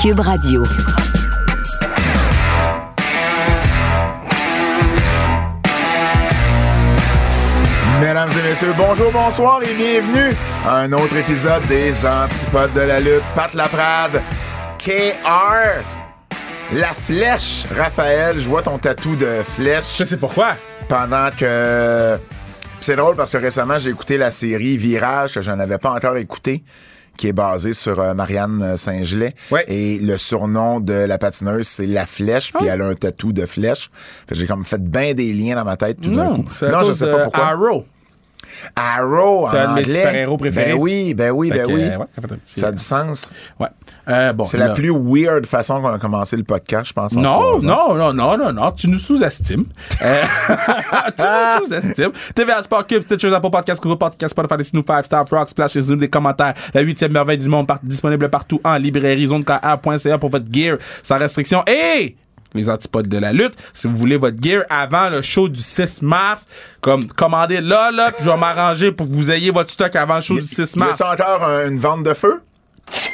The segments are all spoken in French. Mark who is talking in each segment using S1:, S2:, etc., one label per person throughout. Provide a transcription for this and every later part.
S1: Cube Radio.
S2: Mesdames et messieurs, bonjour, bonsoir et bienvenue à un autre épisode des Antipodes de la lutte. Pat Laprade, KR, la flèche. Raphaël, je vois ton tatou de flèche
S3: Je sais pourquoi.
S2: pendant que... Puis C'est drôle parce que récemment, j'ai écouté la série Virage que je n'avais pas encore écouté qui est basée sur euh, Marianne Saint-Gelais.
S3: Ouais.
S2: Et le surnom de la patineuse, c'est La Flèche,
S3: Ah.
S2: puis elle a un tatou de flèche. Fait que J'ai comme fait bien des liens dans ma tête tout d'un coup.
S3: c'est à cause de Arrow.
S2: Arrow en
S3: C'est un de mes
S2: anglais.
S3: super-héros préférés.
S2: Ben oui, ben oui,
S3: Fait
S2: ben
S3: que,
S2: oui.
S3: euh, ouais, ça fait un petit-
S2: ça a du sens.
S3: Ouais. Euh, bon,
S2: C'est la
S3: là-
S2: plus weird façon qu'on a commencé le podcast, je pense. en
S3: Non,
S2: trois ans.
S3: non, non, non, non, non, tu nous sous-estimes. Euh, tu nous sous-estimes. TVA Sport Cube, Stitcher, Apple Podcast, Google Podcast, Spotify, Destiny, Five Star, Rock, Splash, et Zoom, des commentaires. La huitième merveille du monde, par- disponible partout en librairie, zonekr.ca pour votre gear sans restriction. Et les antipodes de la lutte, si vous voulez votre gear avant le show du 6 mars, comme commandez là, là, puis je vais m'arranger pour que vous ayez votre stock avant le show du 6
S2: Y
S3: mars.
S2: a-t-il encore un- une vente de feu?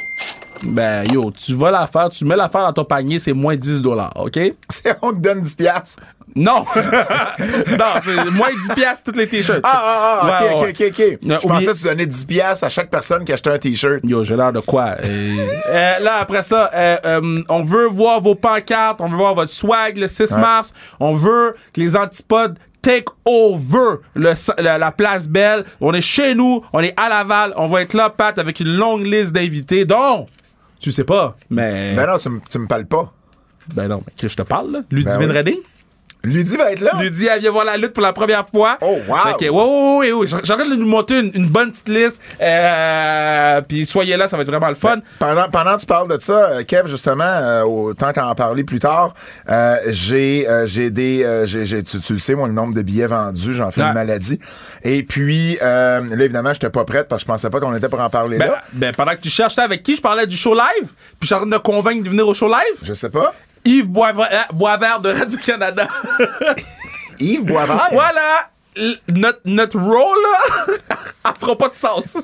S3: Ben, yo, tu vas la faire, tu mets l'affaire dans ton panier, c'est moins 10 dollars, OK?
S2: C'est on te donne 10 piastres.
S3: Non! non, c'est moins 10 piastres tous les t-shirts.
S2: Ah, ah, ah,
S3: Ouais,
S2: ok, ok, ok,
S3: ouais.
S2: ok.
S3: Non,
S2: je
S3: oubliez-
S2: pensais que tu donnais 10 piastres à chaque personne qui achetait un T-shirt.
S3: Yo, j'ai l'air de quoi? euh. Euh, là, après ça, euh, euh, on veut voir vos pancartes, on veut voir votre swag le 6 mars, on veut que les antipodes take over le, la, la place belle. On est chez nous, on est à Laval, on va être là, Pat, avec une longue liste d'invités. Donc, tu sais pas, mais...
S2: Ben non, tu, me- tu me parles pas.
S3: Ben non, mais Chris, je te parle, là. Ludivine
S2: Ben oui.
S3: Redding?
S2: Ludie va être là.
S3: Ludie, elle vient voir la lutte pour la première fois.
S2: Oh, wow.
S3: Fait que, ouais, ouais, ouais, ouais. J- J'arrête de nous monter une, une bonne petite liste. Euh, puis soyez là, ça va être vraiment le
S2: Ben,
S3: fun.
S2: Pendant, pendant que tu parles de ça, euh, Kev, justement, euh, autant qu'en parler plus tard, euh, j'ai euh, j'ai des. euh, j'ai- j'ai- tu, tu le sais, moi, le nombre de billets vendus, j'en fais
S3: Ouais.
S2: une maladie. Et puis, euh, là, évidemment, j'étais pas prête parce que je pensais pas qu'on était pour en parler
S3: Ben,
S2: là.
S3: ben, pendant que tu cherches ça avec qui, je parlais du show live. Puis je suis en train de convaincre de venir au show live.
S2: Je sais pas.
S3: Yves Boisvert, euh, Boisvert de Radio-Canada.
S2: Yves Boisvert.
S3: voilà! L- notre, notre rôle, là, elle fera pas de sens.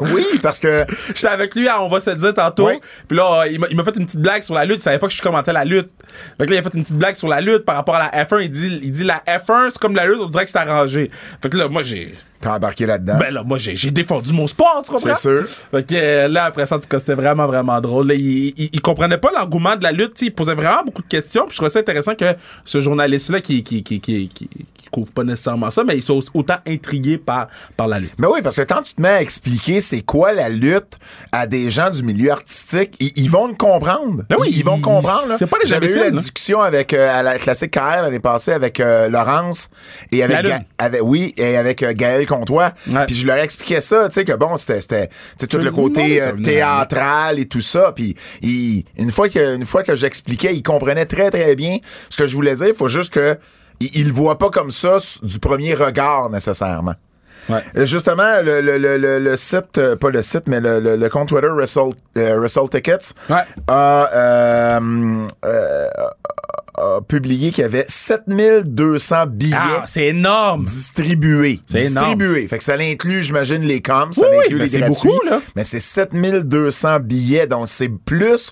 S2: Oui, parce que.
S3: J'étais avec lui, à on va se le dire tantôt.
S2: Oui.
S3: Puis là, euh, il m'a- il m'a fait une petite blague sur la lutte. Il savait pas que je commentais la lutte. Fait que là, il a fait une petite blague sur la lutte par rapport à la F1. Il dit, il dit la F1, c'est comme la lutte, on dirait que c'est arrangé. Fait que là, moi, j'ai.
S2: T'as embarqué là-dedans.
S3: Ben là, moi, j'ai j'ai défendu mon sport, tu comprends?
S2: C'est sûr.
S3: Fait que euh, là, après ça, en tout cas, c'était vraiment, vraiment drôle. Là, il, il, il comprenait pas l'engouement de la lutte. tu sais. Il posait vraiment beaucoup de questions. Puis je trouvais ça intéressant que ce journaliste-là, qui, qui, qui, qui, qui, qui couvre pas nécessairement ça, mais il soit autant intrigué par, par la lutte.
S2: Mais Ben oui, parce que quand tu te mets à expliquer c'est quoi la lutte à des gens du milieu artistique, ils, ils vont le comprendre.
S3: Ben oui,
S2: ils, ils vont
S3: ils-
S2: comprendre. là.
S3: c'est pas des
S2: J'avais eu
S3: imbéciles, hein.
S2: la
S3: là.
S2: discussion avec euh, à la classique KR l'année passée avec euh, Laurence et avec,
S3: La lune.
S2: Ga- avec- oui et avec euh, Gaël Comtois.
S3: Ouais.
S2: Puis je leur expliquais ça, tu sais que bon, c'était c'était tu sais, tout
S3: Je
S2: le
S3: me
S2: côté
S3: demandais
S2: euh,
S3: ça venait.
S2: théâtral et tout ça. Puis ils- une fois que une fois que j'expliquais, ils comprenaient très très bien ce que je voulais dire. Il faut juste que ils, ils le voient pas comme ça s- du premier regard nécessairement.
S3: Ouais.
S2: Euh, Justement, le, le, le, le, le site, euh, pas le site, mais le, le, le compte Twitter Wrestle, euh, Wrestle Tickets
S3: Ouais.
S2: a, euh, euh, a publié qu'il y avait 7200 billets
S3: Ah, c'est énorme!
S2: distribués.
S3: C'est énorme.
S2: Distribués. Fait que ça l'inclut, j'imagine, les coms, ça
S3: Oui, oui,
S2: inclut
S3: ben
S2: les
S3: c'est
S2: gratuits.
S3: beaucoup, là.
S2: Mais c'est 7200 billets, donc c'est plus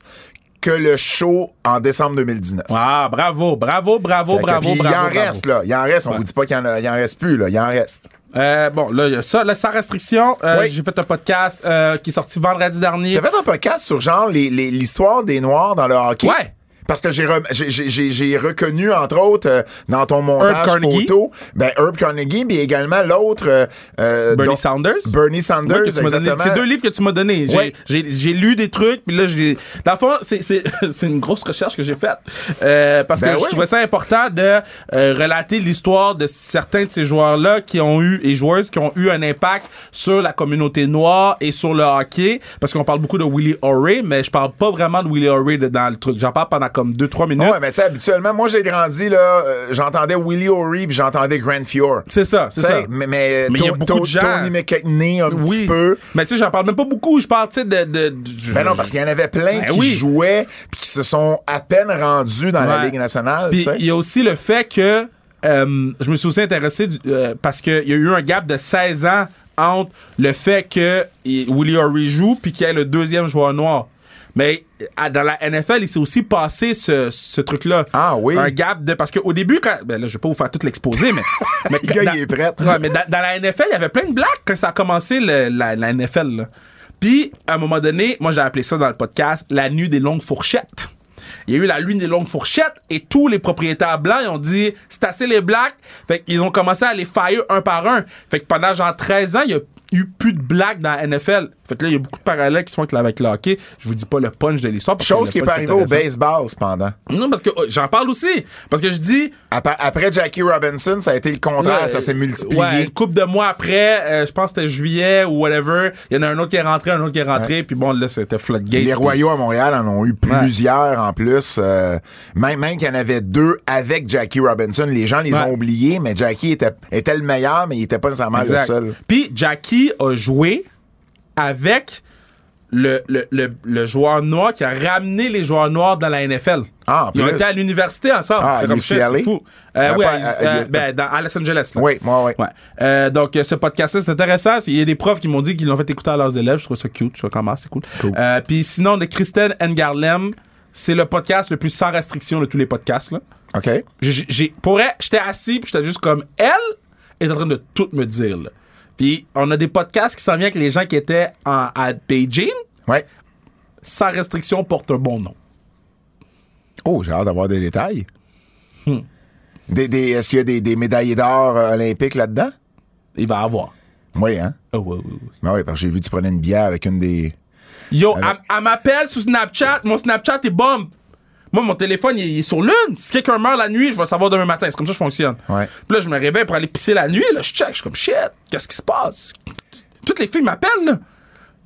S2: que le show en décembre 2019.
S3: Ah, bravo, bravo, bravo,
S2: Fait que-
S3: bravo,
S2: puis
S3: bravo.
S2: il en
S3: bravo.
S2: reste, là. Il en reste. On vous dit pas qu'il y en, a- il en reste plus, là. Il en reste.
S3: Euh, bon, là, il y a ça. Là, sans restriction, euh,
S2: Oui.
S3: j'ai fait un podcast euh, qui est sorti vendredi dernier.
S2: T'as fait un podcast sur genre les- les- l'histoire des Noirs dans le hockey.
S3: Ouais.
S2: parce que j'ai re- j'ai- j'ai- j'ai- j'ai reconnu, entre autres, euh, dans ton montage
S3: Carnegie.
S2: photo, ben, Herb Carnegie, mais également l'autre... euh, euh,
S3: Bernie
S2: dont-
S3: Sanders.
S2: Bernie Sanders,
S3: Ouais, que tu m'as donné.
S2: exactement.
S3: C'est deux livres que tu m'as donné. J'ai,
S2: Ouais.
S3: j'ai, j'ai lu des trucs, puis là, j'ai. Dans le fond, c'est, c'est, c'est une grosse recherche que j'ai faite. Euh, parce
S2: Ben
S3: que
S2: oui.
S3: je trouvais ça important de euh, relater l'histoire de certains de ces joueurs-là qui ont eu, et joueuses qui ont eu un impact sur la communauté noire et sur le hockey. Parce qu'on parle beaucoup de Willie O'Ree, mais je parle pas vraiment de Willie O'Ree de- dans le truc. J'en parle pendant comme 2-3 minutes.
S2: Ouais, mais tu sais, habituellement, moi, j'ai grandi, là, euh, j'entendais Willie O'Ree, puis j'entendais Grand Fiore.
S3: C'est ça, c'est
S2: Tu sais,
S3: ça.
S2: Mais, mais, euh,
S3: Mais il y a
S2: Ton-
S3: beaucoup de
S2: Ton-
S3: gens.
S2: Tony McKechnie, un petit peu.
S3: Mais tu sais, j'en parle même pas beaucoup. Je parle, tu sais, de. de, de-
S2: Ben non, parce qu'il y en avait plein
S3: Ben
S2: qui
S3: oui.
S2: jouaient puis qui se sont à peine rendus dans la
S3: Ouais.
S2: Ligue nationale.
S3: Puis
S2: tu sais.
S3: il y a aussi le fait que euh, je me suis aussi intéressé du- euh, parce qu'il y a eu un gap de 16 ans entre le fait que il- Willie O'Ree joue puis qu'il y ait le deuxième joueur noir. Mais à- dans la NFL, il s'est aussi passé ce, ce truc-là.
S2: Ah oui.
S3: Un gap de. Parce qu'au début, quand. Ben là, je vais pas vous faire tout l'exposé, mais. mais
S2: Le gars,
S3: dans-
S2: il est prêt.
S3: Ouais, mais dans, dans la NFL, il y avait plein de blacks quand ça a commencé le- la, la NFL. là. Puis, à un moment donné, moi, j'ai appelé ça dans le podcast la nuit des longues fourchettes. Il y a eu la nuit des longues fourchettes et tous les propriétaires blancs, ils ont dit c'est assez les blacks. Fait qu'ils ont commencé à les fire un par un. Fait que pendant genre 13 ans, il y a eu plus de blacks dans la NFL. Fait que là, il y a beaucoup de parallèles qui se font avec le- avec le hockey. Je vous dis pas le punch de l'histoire. parce que
S2: Chose
S3: le
S2: qui est
S3: punch
S2: pas arrivée au
S3: intéressant.
S2: baseball, cependant.
S3: Non, parce que euh, j'en parle aussi. Parce que je dis,
S2: Après, après Jackie Robinson, ça a été le contraire,
S3: Ouais,
S2: ça s'est
S3: euh,
S2: multiplié.
S3: ouais, une couple de mois après, euh, je pense que c'était juillet ou whatever, il y en a un autre qui est rentré, un autre qui est rentré, puis bon, là, c'était Floodgate.
S2: Les
S3: puis-
S2: Royaux à Montréal en ont eu plusieurs en plus. euh, même même qu'il y en avait deux avec Jackie Robinson. Les gens les
S3: Ouais.
S2: ont oubliés, mais Jackie était, était le meilleur, mais il était pas nécessairement
S3: Exact.
S2: le seul.
S3: Puis Jackie a joué avec le, le, le, le joueur noir qui a ramené les joueurs noirs dans la NFL.
S2: Ah, en
S3: Ils ont
S2: plus.
S3: été à l'université ensemble.
S2: Ah,
S3: C'est comme shit,
S2: UCLA?
S3: c'est fou. Euh,
S2: Ah,
S3: oui,
S2: pas-
S3: à-
S2: à-
S3: euh, ben, dans- à Los Angeles. là.
S2: Oui, moi, oui.
S3: Ouais. Euh, donc, euh, ce podcast-là, c'est intéressant. Il y a des profs qui m'ont dit qu'ils l'ont fait écouter à leurs élèves. Je trouve ça cute. Je trouve comment c'est cool. Euh, Puis sinon, de Kristen Engarlem, c'est le podcast le plus sans restriction de tous les podcasts. Là.
S2: OK?
S3: J'ai- j'ai pour elle, j'étais assis puis j'étais juste comme elle est en train de tout me dire là. Puis on a des podcasts qui s'en viennent avec les gens qui étaient en- à Beijing
S2: Ouais.
S3: sans restriction porte un bon nom.
S2: Oh, j'ai hâte d'avoir des détails.
S3: Hmm.
S2: Des, des- Est-ce qu'il y a des, des médaillés d'or euh, olympiques là-dedans?
S3: Il va y avoir.
S2: Oui, hein?
S3: Oh, ouais, ouais, ouais.
S2: Ben oui, parce que j'ai vu que tu prenais une bière avec une des.
S3: Yo, elle, elle m'appelle sur Snapchat, mon Snapchat est bombe. Moi, mon téléphone, il, il est sur l'une. Si quelqu'un meurt la nuit, je vais le savoir demain matin. C'est comme ça que je fonctionne.
S2: Ouais.
S3: Puis là, je me réveille pour aller pisser la nuit. Là, je check. Je suis comme, shit, qu'est-ce qui se passe? Toutes les filles m'appellent. Là,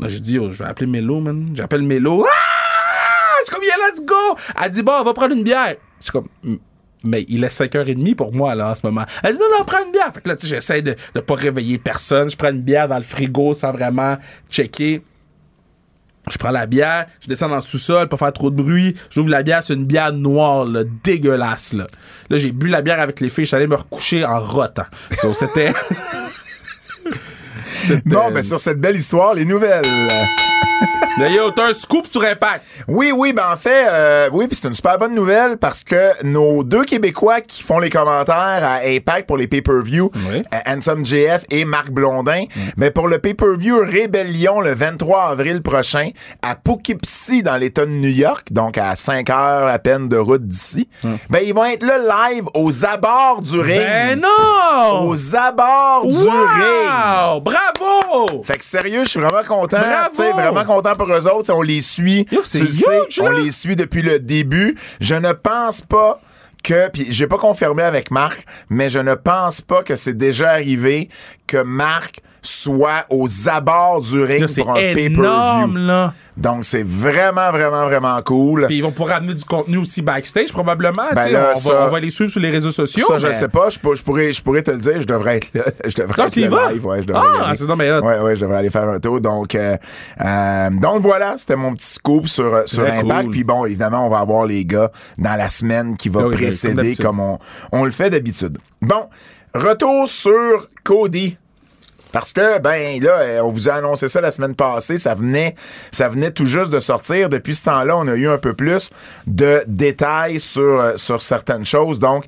S3: Là, j'ai dit, yo, je vais appeler Mélo, man. J'appelle Mélo. Ah! Je suis comme, yeah, let's go. Elle dit, bon, on va prendre une bière. Je suis comme, M- mais il est 5h30 pour moi, là, en ce moment. Elle dit, non, non, prends une bière. Fait que là, tu sais, j'essaie de ne pas réveiller personne. Je prends une bière dans le frigo sans vraiment checker. Je prends la bière, je descends dans le sous-sol pour faire trop de bruit. J'ouvre la bière, c'est une bière noire, là, dégueulasse. Là, là j'ai bu la bière avec les filles, j'allais me recoucher en rotant. So, c'était. C'était-
S2: Bon, ben sur cette belle histoire, les nouvelles.
S3: Là, yo, t'as un scoop sur Impact.
S2: Oui, oui, ben en fait, euh, oui, puis c'est une super bonne nouvelle parce que nos deux Québécois qui font les commentaires à Impact pour les pay-per-view,
S3: Oui. Mm.
S2: euh, Handsome JF et Marc Blondin, mais pour le pay-per-view Rébellion le 23 avril prochain à Poughkeepsie dans l'État de New York, donc à 5 heures à peine de route d'ici,
S3: Mm.
S2: ben ils vont être là live aux abords du ring.
S3: Ben non!
S2: Aux abords du ring.
S3: Wow! Bravo!
S2: Fait que sérieux, je suis vraiment content.
S3: Bravo!
S2: Tu sais, vraiment content pour eux autres. Tu sais, On les suit.
S3: Yo, c'est
S2: Tu le sais,
S3: huge,
S2: on
S3: là!
S2: les suit depuis le début. Je ne pense pas que, puis j'ai pas confirmé avec Marc, mais je ne pense pas que c'est déjà arrivé que Marc soit aux abords du ring
S3: Là, c'est
S2: pour un
S3: énorme,
S2: pay-per-view.
S3: là.
S2: Donc c'est vraiment, vraiment, vraiment cool.
S3: Puis ils vont pouvoir amener du contenu aussi backstage, probablement.
S2: Ben
S3: tu sais,
S2: là,
S3: on,
S2: ça-
S3: va, on va les suivre sur les réseaux sociaux.
S2: ça, je
S3: mais-
S2: sais pas, je, pour- je pourrais, je pourrais te le dire, je devrais être là. Je devrais
S3: Ah,
S2: être
S3: tu y
S2: là
S3: vas?
S2: live, ouais, je devrais
S3: Ah,
S2: y aller.
S3: c'est donc bien hot.
S2: Ouais, ouais, je devrais aller faire un tour. Donc, euh, euh, donc voilà, c'était mon petit scoop sur, euh, sur
S3: Très
S2: Impact.
S3: cool.
S2: Puis bon, évidemment, on va avoir les gars dans la semaine qui va
S3: Ah oui, comme
S2: précéder
S3: d'habitude.
S2: comme, on, on le fait d'habitude. Bon, retour sur Cody. Parce que, ben, là, euh, on vous a annoncé ça la semaine passée, ça venait, ça venait tout juste de sortir. Depuis ce temps-là, on a eu un peu plus de détails sur, euh, sur certaines choses. Donc,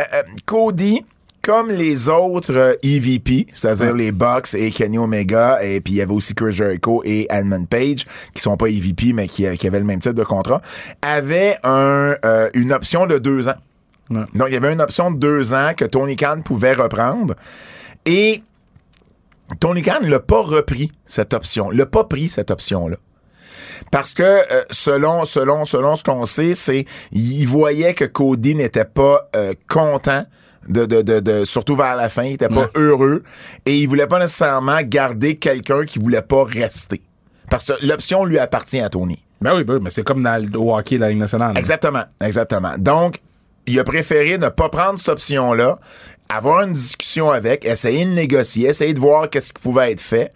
S2: euh, euh, Cody comme les autres euh, EVP, c'est-à-dire les Bucks et Kenny Omega, et puis il y avait aussi Chris Jericho et Edmund Page, qui sont pas EVP, mais qui, euh, qui avaient le même type de contrat, avaient un, euh, une option de deux ans.
S3: Ouais.
S2: Donc, il y avait une option de deux ans que Tony Khan pouvait reprendre. Et Tony Khan l'a pas repris, cette option. L'a pas pris, cette option-là. Parce que euh, selon selon selon ce qu'on sait, c'est il voyait que Cody n'était pas euh, content. De, de, de, de- surtout vers la fin, il était pas
S3: Ouais.
S2: heureux et il voulait pas nécessairement garder quelqu'un qui voulait pas rester. Parce que l'option lui appartient à Tony.
S3: Ben oui, ben oui, mais c'est comme dans le au hockey de la Ligue nationale. là.
S2: Exactement, exactement. Donc, il a préféré ne pas prendre cette option-là, avoir une discussion avec, essayer de négocier, essayer de voir qu'est-ce qui pouvait être fait.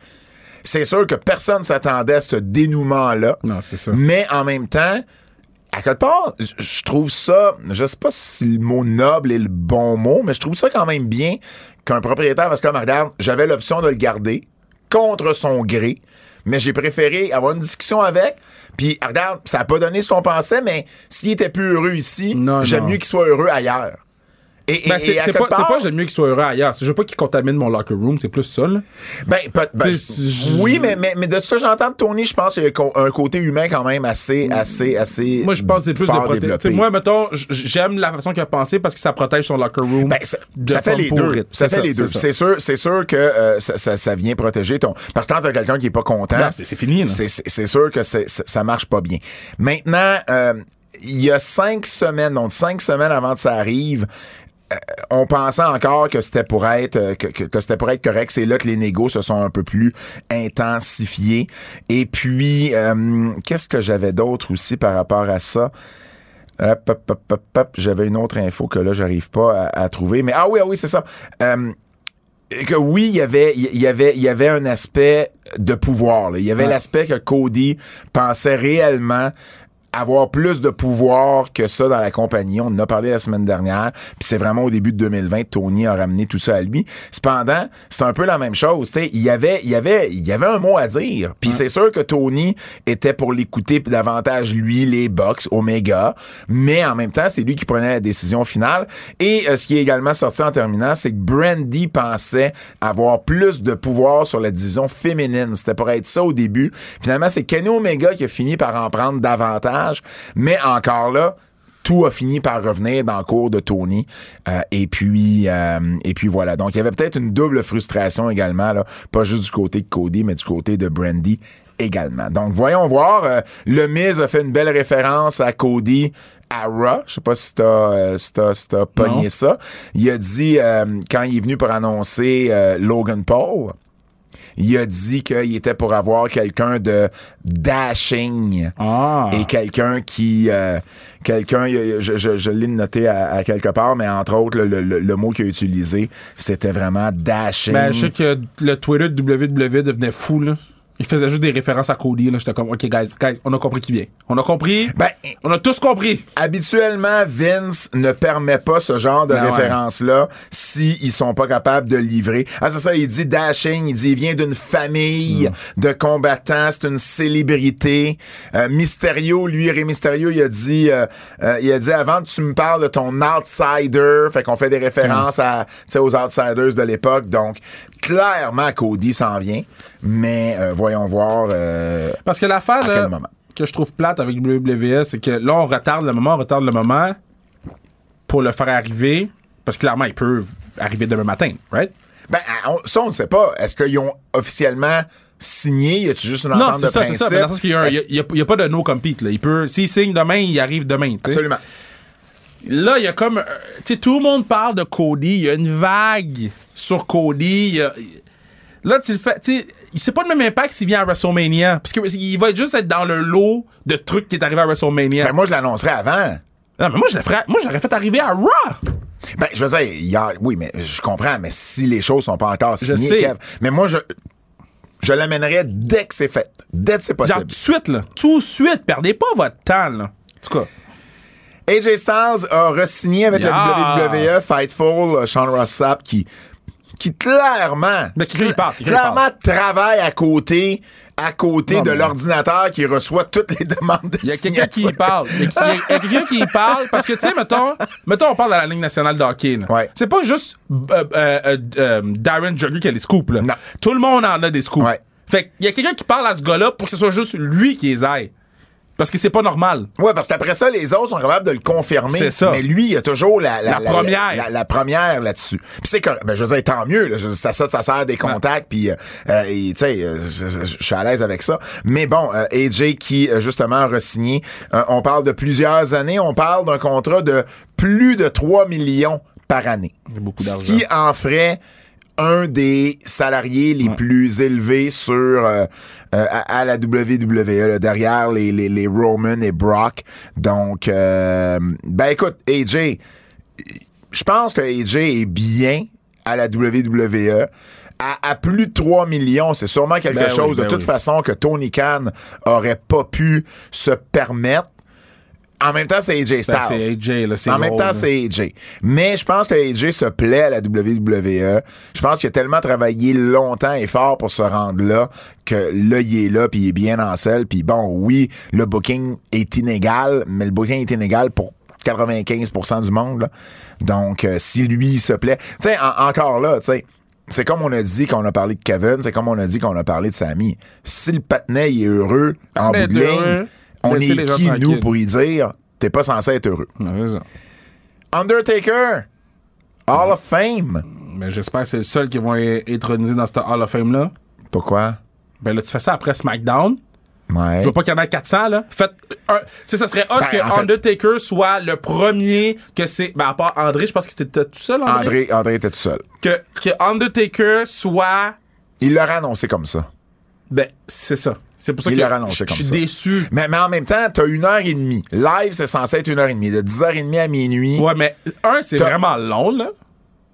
S2: C'est sûr que personne s'attendait à ce dénouement-là.
S3: Non, c'est ça.
S2: Mais en même temps, à quelque part, j- je trouve ça, je sais pas si le mot noble est le bon mot, mais je trouve ça quand même bien qu'un propriétaire parce que regarde, j'avais l'option de le garder contre son gré, mais j'ai préféré avoir une discussion avec. Puis ah, regarde, ça a pas donné ce qu'on pensait, mais s'il était plus heureux ici,
S3: Non,
S2: j'aime
S3: non.
S2: mieux qu'il soit heureux ailleurs. Et, et-
S3: Ben,
S2: et
S3: c'est
S2: à
S3: c'est
S2: quelque
S3: pas, c'est
S2: part-
S3: pas j'aime mieux qu'il soit heureux ailleurs. C'est- Je veux pas qu'il contamine mon locker room, c'est plus ça, là.
S2: Ben, peut- ben,
S3: Tu sais, je-
S2: oui, mais, mais, mais de ce que j'entends de Tony, je pense qu'il y a co- un côté humain quand même assez, assez, assez.
S3: Mm. Moi, je pense que c'est plus de
S2: fort
S3: protéger.
S2: développé.
S3: T'sais, Moi, mettons, j- j'aime la façon qu'il a pensé parce que ça protège son locker room.
S2: Ben, ça,
S3: de
S2: ça fait
S3: forme
S2: les deux.
S3: pourrite.
S2: Ça
S3: C'est
S2: fait les deux.
S3: c'est ça.
S2: C'est sûr, c'est sûr que euh, ça, ça- ça vient protéger ton. Parce que quand t'as quelqu'un qui est pas content,
S3: Non, c'est- c'est fini, là.
S2: C'est- C'est c'est sûr que c'est- c'est- ça marche pas bien. Maintenant, euh, il y a cinq semaines, donc cinq semaines avant que ça arrive. euh, On pensait encore que c'était pour être euh, que, que- que c'était pour être correct. C'est là que les négos se sont un peu plus intensifiés. Et puis, euh, qu'est-ce que j'avais d'autre aussi par rapport à ça? Euh, Hop, hop, hop, hop, hop. J'avais une autre info que là, j'arrive pas à, à trouver. Mais ah oui, ah oui, c'est ça. Euh, que oui, il y avait, il y avait, il y avait un aspect de pouvoir. là. Il y avait
S3: Ouais.
S2: l'aspect que Cody pensait réellement avoir plus de pouvoir que ça dans la compagnie. On en a parlé la semaine dernière, puis c'est vraiment au début de 2020 Tony a ramené tout ça à lui. Cependant, c'est un peu la même chose. tu sais. Il y avait, il y avait, il y avait un mot à dire. Puis c'est sûr que Tony était pour l'écouter puis davantage lui les box Omega, mais en même temps c'est lui qui prenait la décision finale. Et euh, ce qui est également sorti en terminant, c'est que Brandy pensait avoir plus de pouvoir sur la division féminine. C'était pour être ça au début. Finalement, c'est Kenny Omega qui a fini par en prendre davantage, mais encore là, tout a fini par revenir dans le cours de Tony. Euh, et puis euh, et puis voilà. Donc il y avait peut-être une double frustration également, là, pas juste du côté de Cody, mais du côté de Brandy également. Donc voyons voir. Euh, le Miz a fait une belle référence à Cody à Raw. Je sais pas si t'as euh, si t'as- si t'as pogné
S3: Non.
S2: ça. Il a dit euh, quand il est venu pour annoncer euh, Logan Paul. Il a dit qu'il était pour avoir quelqu'un de dashing
S3: Ah.
S2: et quelqu'un qui euh, quelqu'un il y a- je, je, je l'ai noté à, à quelque part mais entre autres le, le- le- le mot qu'il a utilisé c'était vraiment dashing
S3: Ben, je sais que le Twitter de WWE devenait fou, là. Il faisait juste des références à Cody, là. J'étais comme, OK, guys, guys, on a compris qui vient. On a compris.
S2: Ben,
S3: on a tous compris.
S2: habituellement Vince ne permet pas ce genre de
S3: Ben ouais.
S2: référence là si ils sont pas capables de livrer ah c'est ça il dit dashing il dit il vient d'une famille de combattants c'est une célébrité Euh, Mysterio lui Rey Mysterio il a dit euh, euh, il a dit avant tu me parles de ton outsider fait qu'on fait des références à tu sais aux outsiders de l'époque donc clairement Cody s'en vient mais euh, voyons voir euh,
S3: Parce que l'affaire,
S2: À quel
S3: là,
S2: moment?
S3: que je trouve plate avec WWE, c'est que là, on retarde le moment, on retarde le moment pour le faire arriver. Parce que clairement, ils peuvent arriver demain matin, right?
S2: Ben, on- ça, on ne sait pas. Est-ce qu'ils ont officiellement signé? Y a-tu juste une
S3: Non,
S2: entente
S3: c'est
S2: de
S3: ça, c'est
S2: principe?
S3: ça. Mais dans le sens qu'il y a un- il y a-
S2: Est-ce-
S3: il y a- il y a pas de no-compete, là. Il peut, s'il signe demain, il arrive demain, tu sais.
S2: Absolument.
S3: Là, il y a comme. euh, Tu sais, tout le monde parle de Cody. Il y a une vague sur Cody. il y a- Là, tu le fais. Tu sais, c'est pas le même impact s'il vient à WrestleMania. Parce qu'il va juste être dans le lot de trucs qui est arrivé à WrestleMania.
S2: Ben, moi, je l'annoncerais avant.
S3: non, mais moi, je le ferais- moi, je l'aurais fait arriver à Raw.
S2: Ben, je veux dire, il y a- oui, mais je comprends, mais si les choses sont pas encore
S3: Je
S2: signées,
S3: sais.
S2: Kev, mais moi, je, je l'amènerais dès que c'est fait. Dès que c'est
S3: Genre,
S2: possible.
S3: tout de suite, là. Tout de suite. Perdez pas votre temps, là. En tout cas.
S2: AJ Styles a re-signé avec
S3: Yeah.
S2: la WWE Fightful, euh, Sean Ross Sapp, qui, qui clairement,
S3: Mais qui lui parle, qui lui
S2: clairement travaille à côté à côté
S3: Non,
S2: de
S3: mais-
S2: l'ordinateur qui reçoit toutes les demandes de
S3: Il y a quelqu'un qui y
S2: signature.
S3: parle. Il y a- il y a quelqu'un qui y parle parce que, tu sais, mettons, mettons, on parle de la Ligue nationale de hockey. là.
S2: Ouais.
S3: C'est pas juste euh, euh, euh, euh, Darren Jugger qui a des scoops. Là.
S2: Non.
S3: Tout le monde en a des scoops.
S2: Ouais.
S3: Fait qu'il y a quelqu'un qui parle à ce gars-là pour que ce soit juste lui qui les aille. Parce que c'est pas normal.
S2: Ouais, parce qu'après ça, les autres sont capables de le confirmer.
S3: C'est ça.
S2: Mais lui, il a toujours la,
S3: La première.
S2: La, la première là-dessus. Puis c'est que, ben, je veux dire, tant mieux. Là, Je- ça, ça, ça sert des contacts. Puis, euh, euh, et, tu sais, euh, je je- je suis à l'aise avec ça. Mais bon, euh, AJ qui, euh, justement, a re-signé. euh, on parle de plusieurs années. On parle d'un contrat de plus de 3 millions par année.
S3: beaucoup
S2: Ce
S3: d'argent.
S2: qui en ferait un des salariés les plus élevés sur euh, euh, à, à la WWE là, derrière les, les, les Roman et Brock. Donc euh, ben écoute AJ je pense que AJ est bien à la WWE. À, à plus de 3 millions, c'est sûrement quelque
S3: Ben oui,
S2: chose de
S3: ben
S2: toute
S3: oui.
S2: façon que Tony Khan aurait pas pu se permettre. En même temps, c'est AJ Styles.
S3: Ben, c'est AJ, là, c'est
S2: En même
S3: drôle,
S2: temps,
S3: là.
S2: c'est AJ. Mais je pense que AJ se plaît à la WWE. Je pense qu'il a tellement travaillé longtemps et fort pour se rendre là que là, il est là, puis il est bien en selle. Puis bon, oui, le booking est inégal, mais le booking est inégal pour 95% du monde. là. Donc, euh, si lui, il se plaît... Tu sais, en- encore là, tu sais... C'est comme on a dit qu'on a parlé de Kevin, c'est comme on a dit qu'on a parlé de Samy. Si le patinet il est heureux, en bout
S3: Patinet
S2: de
S3: est
S2: ligne,
S3: heureux,
S2: on
S3: laissez
S2: est
S3: les gens
S2: qui, nous,
S3: tranquilles.
S2: pour y dire, t'es pas censé être heureux. Undertaker, Hall of Fame.
S3: Mais j'espère que c'est le seul qui va être intronisé dans cette Hall of Fame-là.
S2: Pourquoi?
S3: Ben là, tu fais ça après SmackDown.
S2: Ouais.
S3: Je veux pas qu'il y en ait 400, là. Faites un. Tu sais, ça serait hot
S2: Ben,
S3: que
S2: en fait-
S3: Undertaker soit le premier que c'est. Ben, à part André, je pense que c'était tout seul, André.
S2: André, André était tout seul.
S3: Que, que Undertaker soit.
S2: Il l'aurait annoncé comme ça.
S3: Ben, c'est ça. C'est pour ça
S2: Il
S3: que
S2: l'aurait annoncé
S3: je-
S2: comme
S3: je suis
S2: ça.
S3: déçu.
S2: Mais, mais en même temps, t'as une heure et demie. Live, c'est censé être une heure et demie. De 10h30 à minuit,
S3: Ouais, mais un, c'est
S2: T'as-
S3: vraiment long, là.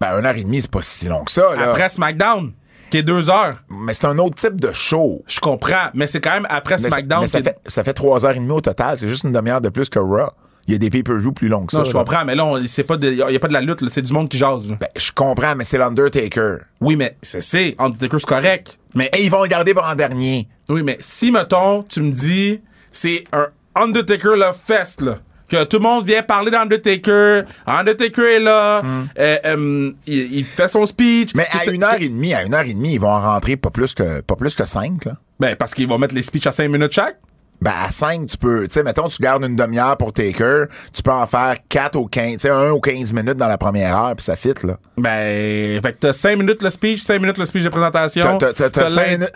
S2: ben une heure et demie, c'est pas si long que ça. Là.
S3: Après SmackDown, qui est deux heures.
S2: Mais c'est un autre type de show.
S3: Je comprends, mais c'est quand même après
S2: Mais, ça-
S3: SmackDown.
S2: mais ça,
S3: qui est-
S2: fait, ça fait 3h30 au total. C'est juste une demi-heure de plus que Raw. Il y a des pay-per-views plus longs que ça.
S3: Non, je
S2: là.
S3: comprends, mais là, on- c'est pas de- y a y a pas de la lutte, là, c'est du monde qui jase. là.
S2: Ben, je comprends, mais c'est l'Undertaker.
S3: Oui, mais c'est, c'est, Undertaker, c'est correct. Mais
S2: Et ils vont le garder pour en dernier.
S3: Oui, mais si, mettons, tu me dis, c'est un Undertaker Love Fest, là. Que tout le monde vient parler d'Undertaker. Undertaker est là. euh, euh, il, il fait son speech.
S2: Hmm. Mais
S3: Que
S2: à
S3: c'est-
S2: une heure et demie, à une heure et demie, ils vont en rentrer pas plus que, pas plus que cinq, là.
S3: Ben, parce qu'ils vont mettre les speeches à 5 minutes chaque.
S2: Ben, à 5, tu peux, tu sais, mettons, tu gardes une demi-heure pour Taker, tu peux en faire 4 ou 15, tu sais, 1 ou 15 minutes dans la première heure, puis ça fit, là.
S3: Ben, fait que t'as 5 minutes le speech, 5 minutes le speech de
S2: T'as-
S3: présentation.
S2: t'as- t'as- T'as
S3: t'as l'in-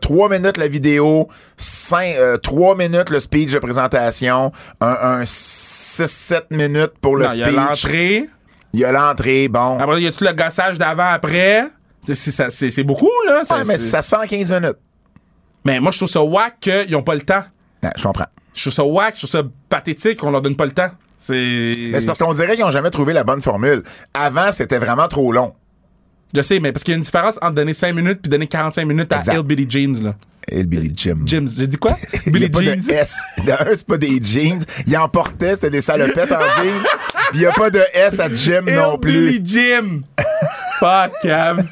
S2: 3 minutes la vidéo, 3 minutes le speech de présentation, un 6-7 minutes pour le
S3: Non, il y a
S2: speech. Ah.
S3: l'entrée.
S2: Il y a l'entrée, bon.
S3: Après, il y a tout le gossage d'avant, après. C'est- C'est ça- c'est- c'est beaucoup, là. Ça-
S2: Ouais, Ah, mais
S3: Ah, c'est-
S2: ça se fait en 15 minutes.
S3: mais moi, je trouve ça whack qu'ils ont pas le temps.
S2: Ouais, je comprends.
S3: Je trouve ça whack, je trouve ça pathétique qu'on leur donne pas le temps. C'est.
S2: Mais c'est parce qu'on dirait qu'ils ont jamais trouvé la bonne formule. Avant, c'était vraiment trop long.
S3: Je sais, mais parce qu'il y a une différence entre donner 5 minutes puis donner 45 minutes à
S2: Exact.
S3: Hillbilly James, là.
S2: Et le Billy Jim.
S3: James, j'ai dit quoi?
S2: Il y a
S3: Billy
S2: pas
S3: James.
S2: de S. De un, c'est pas des jeans. Il en portait, c'était des salopettes en jeans. Il n'y a pas de S à Jim non plus.
S3: Hillbilly Jim. Fuck, Cam.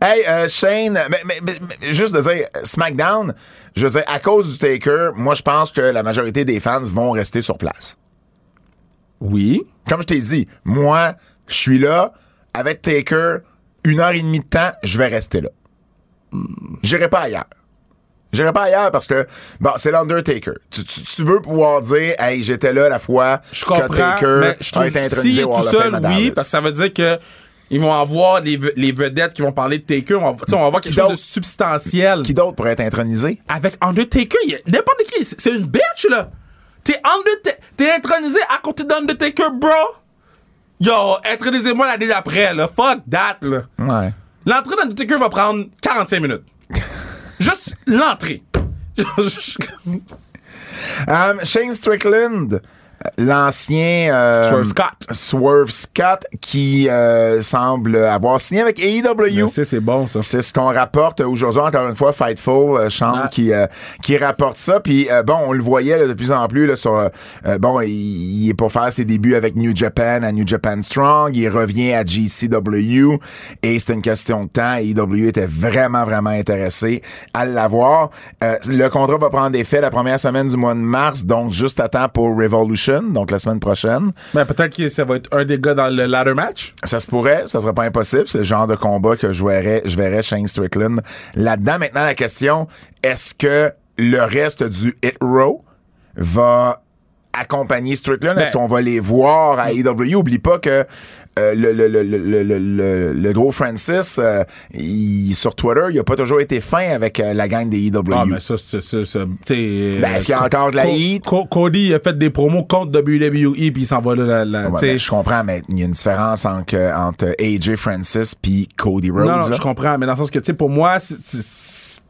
S2: Hey, euh, Shane, mais, mais- mais- mais juste de dire, SmackDown, je veux dire, à cause du Taker, moi, je pense que la majorité des fans vont rester sur place.
S3: Oui.
S2: Comme je t'ai dit, moi, je suis là, avec Taker, une heure et demie de temps, je vais rester là. J'irai pas ailleurs. J'irai pas ailleurs parce que, bon, c'est l'Undertaker. Tu, tu, tu veux pouvoir dire, hey, j'étais là la fois
S3: Je
S2: que
S3: comprends.
S2: Taker
S3: mais je
S2: a
S3: trouve
S2: été
S3: que
S2: intronisé
S3: s'il est
S2: au
S3: tout
S2: Hall of
S3: seul,
S2: Fame à
S3: oui,
S2: Dallas.
S3: parce que ça veut dire que ils vont avoir les, ve- les vedettes qui vont parler de Taker. On va, tu sais, on va avoir quelque chose de
S2: d'autre?
S3: substantiel.
S2: Qui d'autre pourrait être intronisé?
S3: Avec Undertaker, il y a- n'importe qui, c'est c'est une bitch, là. T'es Undertaker. T'es intronisé à côté d'Undertaker, bro. Yo, intronisez-moi l'année d'après, là. Fuck that, là.
S2: Ouais.
S3: L'entrée d'Undertaker va prendre 45 minutes. Juste l'entrée.
S2: Um, Shane Euh, Strickland, l'ancien euh,
S3: Swerve Scott.
S2: Swerve Scott qui euh, semble avoir signé avec E AEW.
S3: Merci, c'est bon, ça.
S2: C'est ce qu'on rapporte aujourd'hui, encore une fois, Fightful, euh, Chambre
S3: Ah.
S2: qui, euh, qui rapporte ça. Puis euh, bon, on le voyait là, de plus en plus là, sur euh, euh, bon, il, il est pour faire ses débuts avec New Japan à New Japan Strong, il revient à GCW et c'est une question de temps. AEW était vraiment, vraiment intéressé à l'avoir. Euh, le contrat va prendre effet la première semaine du mois de mars, donc juste à temps pour Revolution, donc la semaine prochaine.
S3: Ben, peut-être que ça va être un des gars dans le ladder match.
S2: Ça se pourrait, ça serait pas impossible. C'est le genre de combat que je verrais, je verrais Shane Strickland. Là-dedans, maintenant, la question, est-ce que le reste du hit row va accompagner Strickland? est-ce
S3: Ben-
S2: qu'on va les voir à AEW? Oublie pas que euh, le, le, le, le, le, le- le- le gros Francis, euh, il- sur Twitter, il a pas toujours été fin avec euh, la gang des AEW.
S3: Ah, mais ça, c'est. c'est- c'est- t'sais,
S2: Ben, est-ce qu'il y a encore de la
S3: Co-
S2: heat?
S3: Co- Cody a fait des promos contre WWE, puis il s'en va là. là, là,
S2: Ouais,
S3: t'sais.
S2: ben, je comprends, mais il y a une différence entre, entre AJ Francis puis Cody Rhodes.
S3: non, non,
S2: là.
S3: je comprends, mais dans le sens que, tu sais, pour moi, c'est- c'est-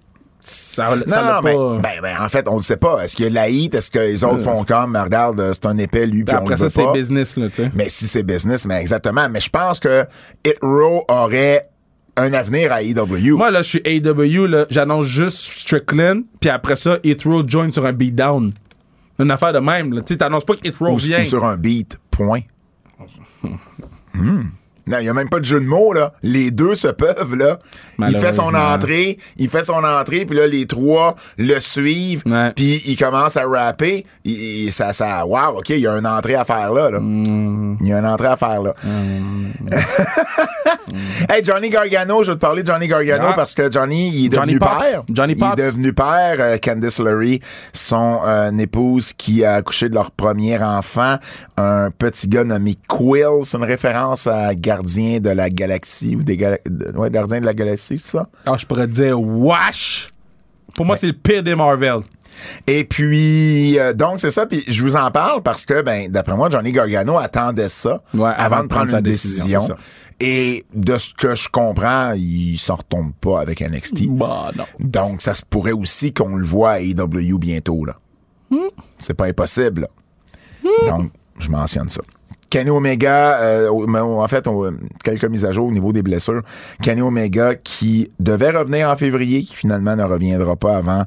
S3: ça
S2: Non,
S3: ça l'a
S2: non,
S3: pas. Euh.
S2: ben, ben, ben, en fait, on ne sait pas. Est-ce qu'il y a de la hit? Est-ce que les autres font comme, regarde, euh, c'est un épais, lui, puis on
S3: Ben, Après
S2: le
S3: ça,
S2: veut
S3: c'est
S2: pas.
S3: business, là, tu sais.
S2: Mais si c'est business, mais exactement. Mais je pense que Hit Row aurait un avenir à E EW.
S3: Moi, là, je suis AW, là, j'annonce juste Strickland, puis après ça, Hit Row join sur un beatdown. Une affaire de même, là. Tu sais, t'annonces pas que Hit Row
S2: ou,
S3: vient.
S2: ou sur un beat, point. Hmm. Non, il n'y a même pas de jeu de mots, là. Les deux se peuvent, là. Il fait son
S3: Malheureusement.
S2: entrée, il fait son entrée, puis là, les trois le suivent,
S3: Ouais.
S2: puis il commence à rapper. Il- il- ça, ça, wow, OK, il y a une entrée à faire là, là.
S3: Mm-hmm.
S2: Il y a une entrée à faire là. hey, Johnny Gargano, je vais te parler de Johnny Gargano
S3: Ah.
S2: parce que Johnny, il est
S3: Johnny
S2: devenu
S3: Pops.
S2: père.
S3: Johnny
S2: Il est
S3: Pops.
S2: devenu père, euh, Candice Lurie, son euh, épouse qui a accouché de leur premier enfant, un petit gars nommé Quill, c'est une référence à Gardien de la Galaxie ou des Gala- de- ouais, Gardien de la Galaxie, c'est ça.
S3: Ah, je pourrais te dire, wesh! Pour moi, c'est le pire des Marvel.
S2: Et puis euh, donc c'est ça puis je vous en parle parce que ben d'après moi Johnny Gargano attendait ça
S3: Ouais,
S2: avant, de prendre,
S3: sa
S2: une
S3: décision,
S2: décision.
S3: c'est ça.
S2: Et de ce que je comprends, il s'en retombe pas avec NXT.
S3: Bah, non.
S2: Donc, ça se pourrait aussi qu'on le voit à AEW bientôt, là.
S3: Hmm.
S2: C'est pas impossible, là. Donc, je mentionne ça. Kenny Omega, euh, au- mais en fait, on- quelques mises à jour au niveau des blessures. Kenny Omega qui devait revenir en février, qui finalement ne reviendra pas avant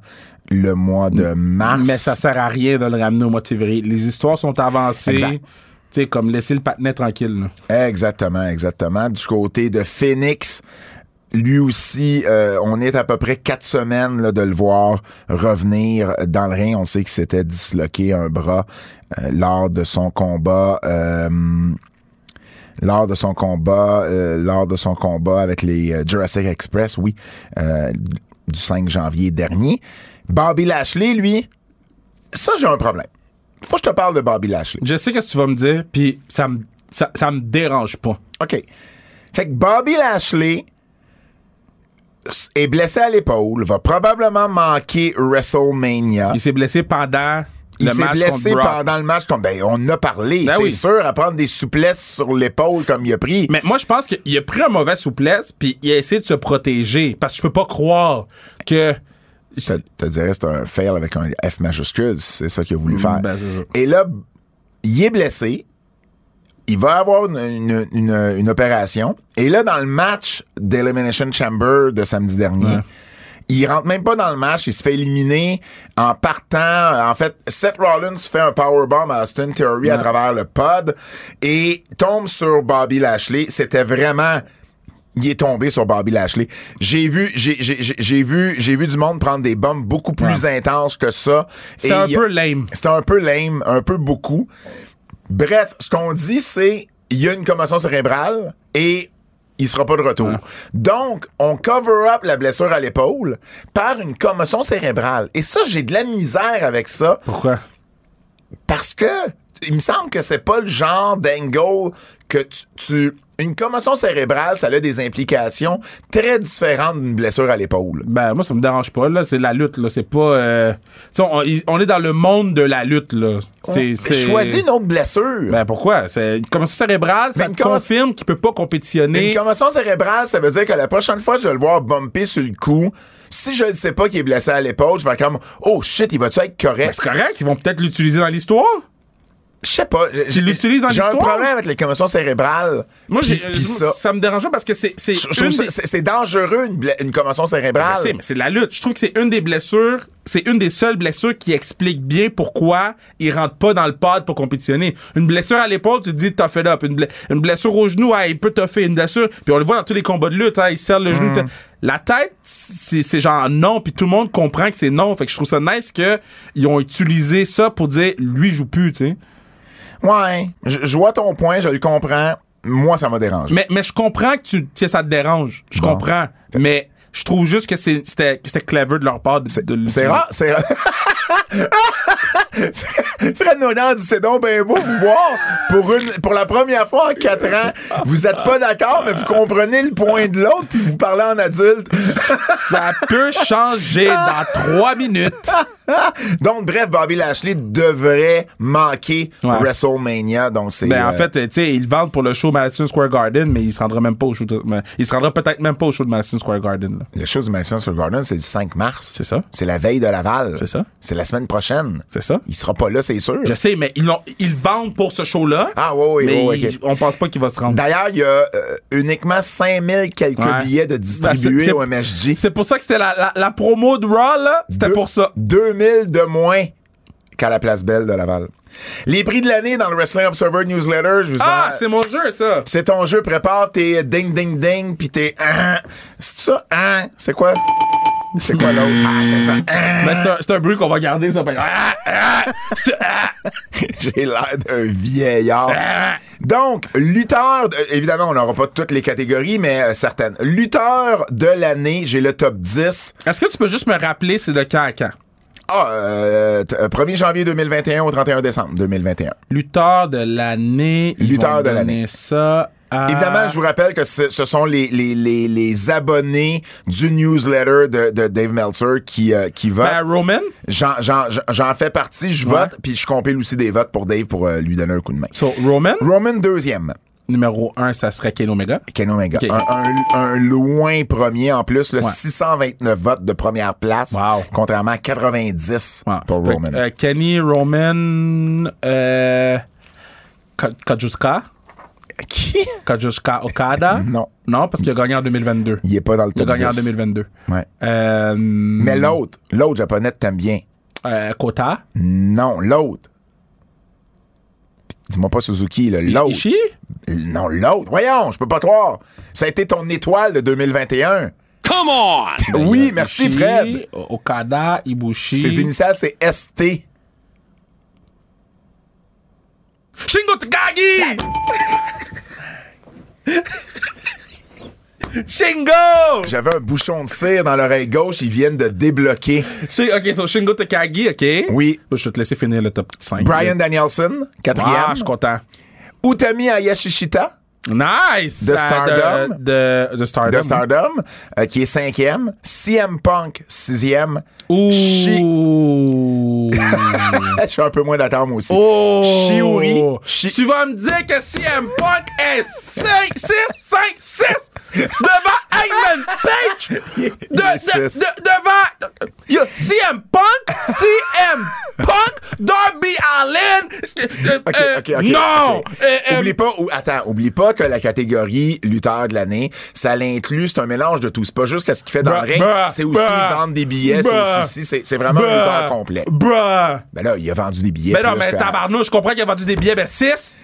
S2: le mois de mars.
S3: Hmm. Mais ça sert à rien de le ramener au mois de février. Les histoires sont avancées. Tu
S2: Exact.
S3: sais, comme laisser le patinet tranquille. là.
S2: Exactement, exactement. Du côté de Phoenix, lui aussi, euh, on est à peu près quatre semaines là, de le voir revenir dans le ring. On sait qu'il s'était disloqué un bras euh, lors de son combat. euh, lors de son combat, euh, lors de son combat avec les euh, Jurassic Express, oui, euh, du 5 janvier dernier. Bobby Lashley, lui, ça j'ai un problème. Faut que je te parle de Bobby Lashley.
S3: Je sais ce que tu vas me dire, puis ça me ça, ça me dérange pas.
S2: OK. Fait que Bobby Lashley s- est blessé à l'épaule, va probablement manquer WrestleMania.
S3: Il s'est blessé pendant
S2: Ah. Il
S3: le
S2: s'est
S3: match
S2: blessé
S3: contre Brock.
S2: pendant le match. Comme, ben, on en a parlé.
S3: Ben
S2: c'est
S3: oui.
S2: sûr, à prendre des souplesses sur l'épaule comme il a pris.
S3: Mais moi, je pense qu'il a pris un mauvais souplesse, puis il a essayé de se protéger. Parce que je peux pas croire que.
S2: te, te dirais c'est un fail avec un F majuscule, c'est ça qu'il a voulu faire.
S3: ben, c'est ça.
S2: Et là, b- il est blessé. Il va avoir une, une- une- une opération. Et là, dans le match d'Elimination Chamber de samedi dernier, il rentre même pas dans le match. Il se fait éliminer en partant. En fait, Seth Rollins fait un powerbomb à Austin Theory à travers le pod et tombe sur Bobby Lashley. C'était vraiment il est tombé sur Bobby Lashley. J'ai vu, j'ai, j'ai, j'ai- j'ai vu, j'ai vu du monde prendre des bombes beaucoup plus intenses que ça.
S3: C'était
S2: Et
S3: un
S2: il y a-
S3: peu lame.
S2: C'était un peu lame, un peu beaucoup. Bref, ce qu'on dit, c'est il y a une commotion cérébrale et il sera pas de retour.
S3: Ah.
S2: Donc, on cover up la blessure à l'épaule par une commotion cérébrale. Et ça, j'ai de la misère avec ça
S3: Pourquoi?
S2: parce que il me semble que c'est pas le genre d'angle que tu, tu- une commotion cérébrale, ça a des implications très différentes d'une blessure à l'épaule.
S3: Ben, moi, ça me dérange pas, là. C'est la lutte, là. C'est pas. euh, tu sais, on, il- on est dans le monde de la lutte, là. C'est. c'est-
S2: Choisis une autre blessure.
S3: Ben, pourquoi? C'est une commotion cérébrale, ça
S2: une
S3: te
S2: commotion-
S3: confirme qu'il peut pas compétitionner.
S2: Une commotion cérébrale, ça veut dire que la prochaine fois que je vais le voir bumper sur le cou, si je ne sais pas qu'il est blessé à l'épaule, je vais comme Oh shit, il va-tu être
S3: Ben,
S2: correct?
S3: c'est correct, ils vont peut-être l'utiliser dans l'histoire.
S2: Je sais pas. j'ai- j'ai-
S3: l'utilises en
S2: J'ai un
S3: histoire?
S2: problème avec les commotions cérébrales.
S3: Moi, j'ai-
S2: Puis- puis ça.
S3: ça me dérange pas parce que c'est c'est
S2: Je- je trouve
S3: une
S2: ça-
S3: des-
S2: c'est c'est dangereux, une, bla- une commotion cérébrale.
S3: Je sais, mais c'est de la lutte. Je trouve que c'est une des blessures, c'est une des seules blessures qui explique bien pourquoi il rentre pas dans le pod pour compétitionner. Une blessure à l'épaule, tu te dis tough it up. Une, ble- une blessure au genou, ah, il peut toffer. Une blessure, puis on le voit dans tous les combats de lutte, ah, il serre le
S2: Mm.
S3: genou. t'as- La tête, c'est c'est genre non, puis tout le monde comprend que c'est non. Fait que je trouve ça nice que ils ont utilisé ça pour dire lui il joue plus, tu sais.
S2: Ouais. Je, je vois ton point, je le comprends. Moi, ça m'a dérangé.
S3: Mais, mais je comprends que tu, tu sais, ça te dérange. Je comprends. Mais je trouve juste que c'est- c'était que c'était clever de leur part de, de
S2: C'est
S3: l'utiliser.
S2: rare, c'est rare. Fred Nolan dit c'est donc ben beau vous voir pour une pour la première fois en quatre ans. Vous êtes pas d'accord, mais vous comprenez le point de l'autre puis vous parlez en adulte.
S3: Ça peut changer dans trois minutes.
S2: Donc bref, Bobby Lashley devrait manquer
S3: Ouais.
S2: WrestleMania. Donc c'est
S3: Ben, en
S2: euh,
S3: fait, euh, tu sais, ils le vendent pour le show Madison Square Garden, mais il se rendra même pas au show de- mais il se rendra peut-être même pas au show de Madison Square Garden, là.
S2: le show du Madison Square Garden c'est le 5 mars.
S3: C'est ça.
S2: C'est la veille de Laval.
S3: C'est ça.
S2: C'est la semaine prochaine.
S3: C'est ça.
S2: Il sera pas là, c'est sûr.
S3: Je sais, mais ils l'ont- ils le vendent pour ce show-là.
S2: Ah, ouais, ouais,
S3: mais
S2: ouais,
S3: ils-
S2: ok.
S3: on pense pas qu'il va se rendre.
S2: D'ailleurs, il y a euh, uniquement 5000 quelques
S3: Ouais.
S2: billets de
S3: Ben,
S2: distribués
S3: c'est-
S2: au MSG.
S3: C'est pour ça que c'était la, la- la promo de Raw, là. C'était
S2: Deux-
S3: pour ça.
S2: 2000 de moins qu'à la place Belle de Laval. Les prix de l'année dans le Wrestling Observer Newsletter, je vous
S3: Ah,
S2: en-
S3: c'est mon jeu, ça.
S2: C'est ton jeu, prépare tes ding ding ding puis tes hein. C'est ça hein? C'est quoi C'est quoi l'autre Ah, c'est ça. hein.
S3: Ben, c'est un- c'est un, bruit qu'on va garder, ça. Ben, ah, ah, c'est- ah.
S2: J'ai l'air d'un vieillard. Donc, lutteur, de- euh, évidemment, on n'aura pas toutes les catégories, mais euh, certaines. Lutteur de l'année, j'ai le top 10.
S3: Est-ce que tu peux juste me rappeler c'est de quand à quand?
S2: Ah, euh, t- euh, 1er janvier 2021 au 31 décembre 2021.
S3: Lutteur de l'année. ils
S2: Lutteur
S3: vont
S2: de l'année.
S3: donner ça à-
S2: Évidemment, je vous rappelle que ce, ce sont les, les, les, les abonnés du newsletter de, de Dave Meltzer qui, euh, qui votent.
S3: Ben, Roman.
S2: J'en- J'en j'en- j'en fais partie, je vote, puis je compile aussi des votes pour Dave pour euh, lui donner un coup de main.
S3: So, Roman.
S2: Roman deuxième,
S3: Numéro 1, ça serait Kane Omega.
S2: Ken Omega.
S3: Ok.
S2: Un, un- un loin premier en plus, le
S3: Ouais.
S2: 629 votes de première place,
S3: Wow.
S2: contrairement à 90
S3: Ouais.
S2: pour
S3: Fait que,
S2: Roman.
S3: euh, Kenny, Roman, euh, Ka- Kajuska.
S2: Qui?
S3: Kajuska Okada.
S2: Non.
S3: Non, parce qu'il a gagné en 2022.
S2: Il est pas dans le
S3: Il a
S2: top
S3: gagné en
S2: 10.
S3: 2022.
S2: Ouais.
S3: Euh,
S2: Mais l'autre, l'autre japonais, t'aimes bien.
S3: euh, Kota.
S2: Non, l'autre. Dis-moi pas Suzuki, là, l'autre.
S3: Ishii.
S2: Non, l'autre. Voyons, je peux pas croire. Ça a été ton étoile de 2021. Come on! Ben, Oui, merci
S3: Euh, Ishii,
S2: Fred.
S3: Okada, Ibushi.
S2: Ses initiales, c'est ST.
S3: Shingo Takagi! Shingo!
S2: J'avais un bouchon de cire dans l'oreille gauche, ils viennent de débloquer.
S3: Shi- Ok, so Shingo Takagi, ok?
S2: Oui.
S3: Je vais te laisser finir le top 5.
S2: Brian Danielson, quatrième.
S3: Ah, je suis content.
S2: Utami Ayashishita
S3: Nice!
S2: De
S3: Euh,
S2: Stardom.
S3: De, de, Stardom.
S2: de Stardom, euh, qui est cinquième. CM Punk, sixième. Shi-
S3: Ouh!
S2: Je suis un peu moins d'attente moi aussi.
S3: Oh!
S2: Shiori. Shi-
S3: Tu vas me dire que CM Punk est 5, 6, 5, 6 devant Eggman Page! De,
S2: est
S3: de-
S2: six.
S3: de- devant. Yo, CM Punk! CM Punk! Darby Allen! euh,
S2: OK,
S3: euh,
S2: OK, OK.
S3: Non!
S2: OK.
S3: Euh, euh,
S2: oublie pas, ou, attends, oublie pas que la catégorie lutteur de l'année, ça l'inclut, c'est un mélange de tout. C'est pas juste ce qu'il fait dans
S3: Bah,
S2: le ring,
S3: bah,
S2: c'est aussi
S3: bah,
S2: vendre des billets, c'est
S3: bah,
S2: aussi, si, c'est, c'est vraiment un
S3: bruh,
S2: lutteur complet.
S3: bruh.
S2: Ben là, il a vendu des billets.
S3: Ben non,
S2: plus
S3: mais
S2: que-
S3: tabarnouche, je comprends qu'il a vendu des billets, ben 6.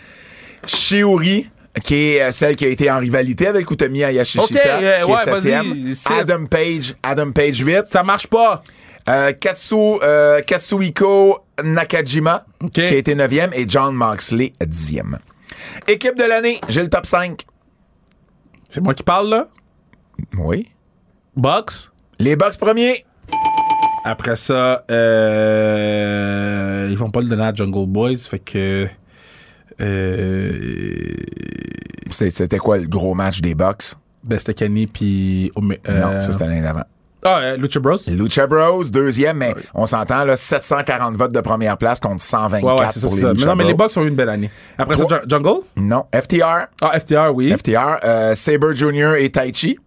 S2: Shiori, qui est euh, celle qui a été en rivalité avec Utami Hayashishita,
S3: OK, euh,
S2: qui
S3: ouais,
S2: est
S3: vas-y,
S2: septième.
S3: six.
S2: Adam Page, Adam Page 8.
S3: Ça marche pas.
S2: Euh, Katsu, euh, Katsuhiko Nakajima,
S3: OK.
S2: qui a été 9e, et John Moxley, 10e. Équipe de l'année, j'ai le top 5.
S3: C'est moi qui parle, là.
S2: Oui.
S3: Box.
S2: Les Bucks premiers.
S3: Après ça, euh, ils vont pas le donner à Jungle Boys, fait que. Euh,
S2: C'est- C'était quoi le gros match des Bucks?
S3: ben c'était Kenny puis. Ome- euh,
S2: Non, ça c'était l'année d'avant.
S3: Ah, euh, Lucha Bros.
S2: Lucha Bros, deuxième, mais on s'entend, là, 740 votes de première place contre 124
S3: Ouais, ouais, c'est ça,
S2: pour
S3: c'est
S2: les
S3: ça. Mais
S2: Lucha
S3: non, mais les
S2: Bros.
S3: Bucks ont eu une belle année. Après
S2: Trois-
S3: ça, Ju- Jungle.
S2: Non, FTR.
S3: Ah, FTR, oui.
S2: FTR, euh, Saber Jr. et Taichi.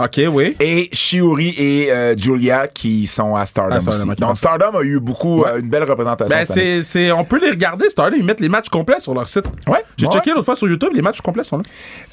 S3: OK, oui.
S2: et Shiori et euh, Julia qui sont à Stardom,
S3: À Ah, Stardom,
S2: aussi.
S3: ok,
S2: Donc
S3: parfait.
S2: Stardom a eu beaucoup euh, une belle représentation.
S3: Ben,
S2: cette année.
S3: c'est, c'est, on peut les regarder, Stardom. Ils mettent les matchs complets sur leur site.
S2: Ouais,
S3: J'ai
S2: ouais.
S3: checké l'autre fois sur YouTube, les matchs complets sont là.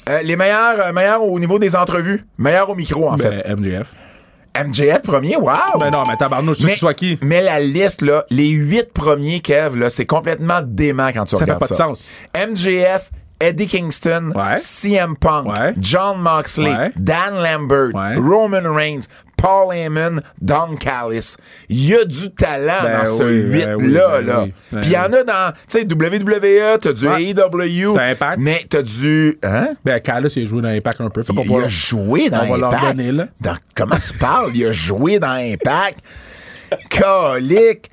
S2: Euh, les meilleurs euh, meilleurs au niveau des entrevues, meilleurs au micro en
S3: Ben, MJF.
S2: fait. MJF premier, wow.
S3: Ben non, mais tabarnouche, tu sais soit qui.
S2: mais la liste, là, les huit premiers, Kev, là, c'est complètement dément quand tu
S3: Ça fait
S2: regardes
S3: pas de
S2: ça.
S3: sens.
S2: MJF, Eddie Kingston,
S3: Ouais.
S2: CM Punk,
S3: Ouais.
S2: John Moxley,
S3: Ouais.
S2: Dan Lambert,
S3: Ouais.
S2: Roman Reigns, Paul Heyman, Don Callis. Il y a du talent
S3: Ben
S2: dans ce
S3: oui,
S2: 8-là.
S3: ben oui,
S2: là.
S3: ben oui, ben
S2: Puis il y en a dans, tu sais, WWE, t'as du
S3: Ouais.
S2: AEW,
S3: T'as Impact.
S2: mais t'as du... Hein?
S3: Ben, Callis, il a joué dans Impact un peu. Fait qu'on
S2: Il,
S3: va-
S2: a joué dans
S3: on va leur
S2: Impact.
S3: donner, là.
S2: Dans- comment tu parles? Il a joué dans Impact. Colique.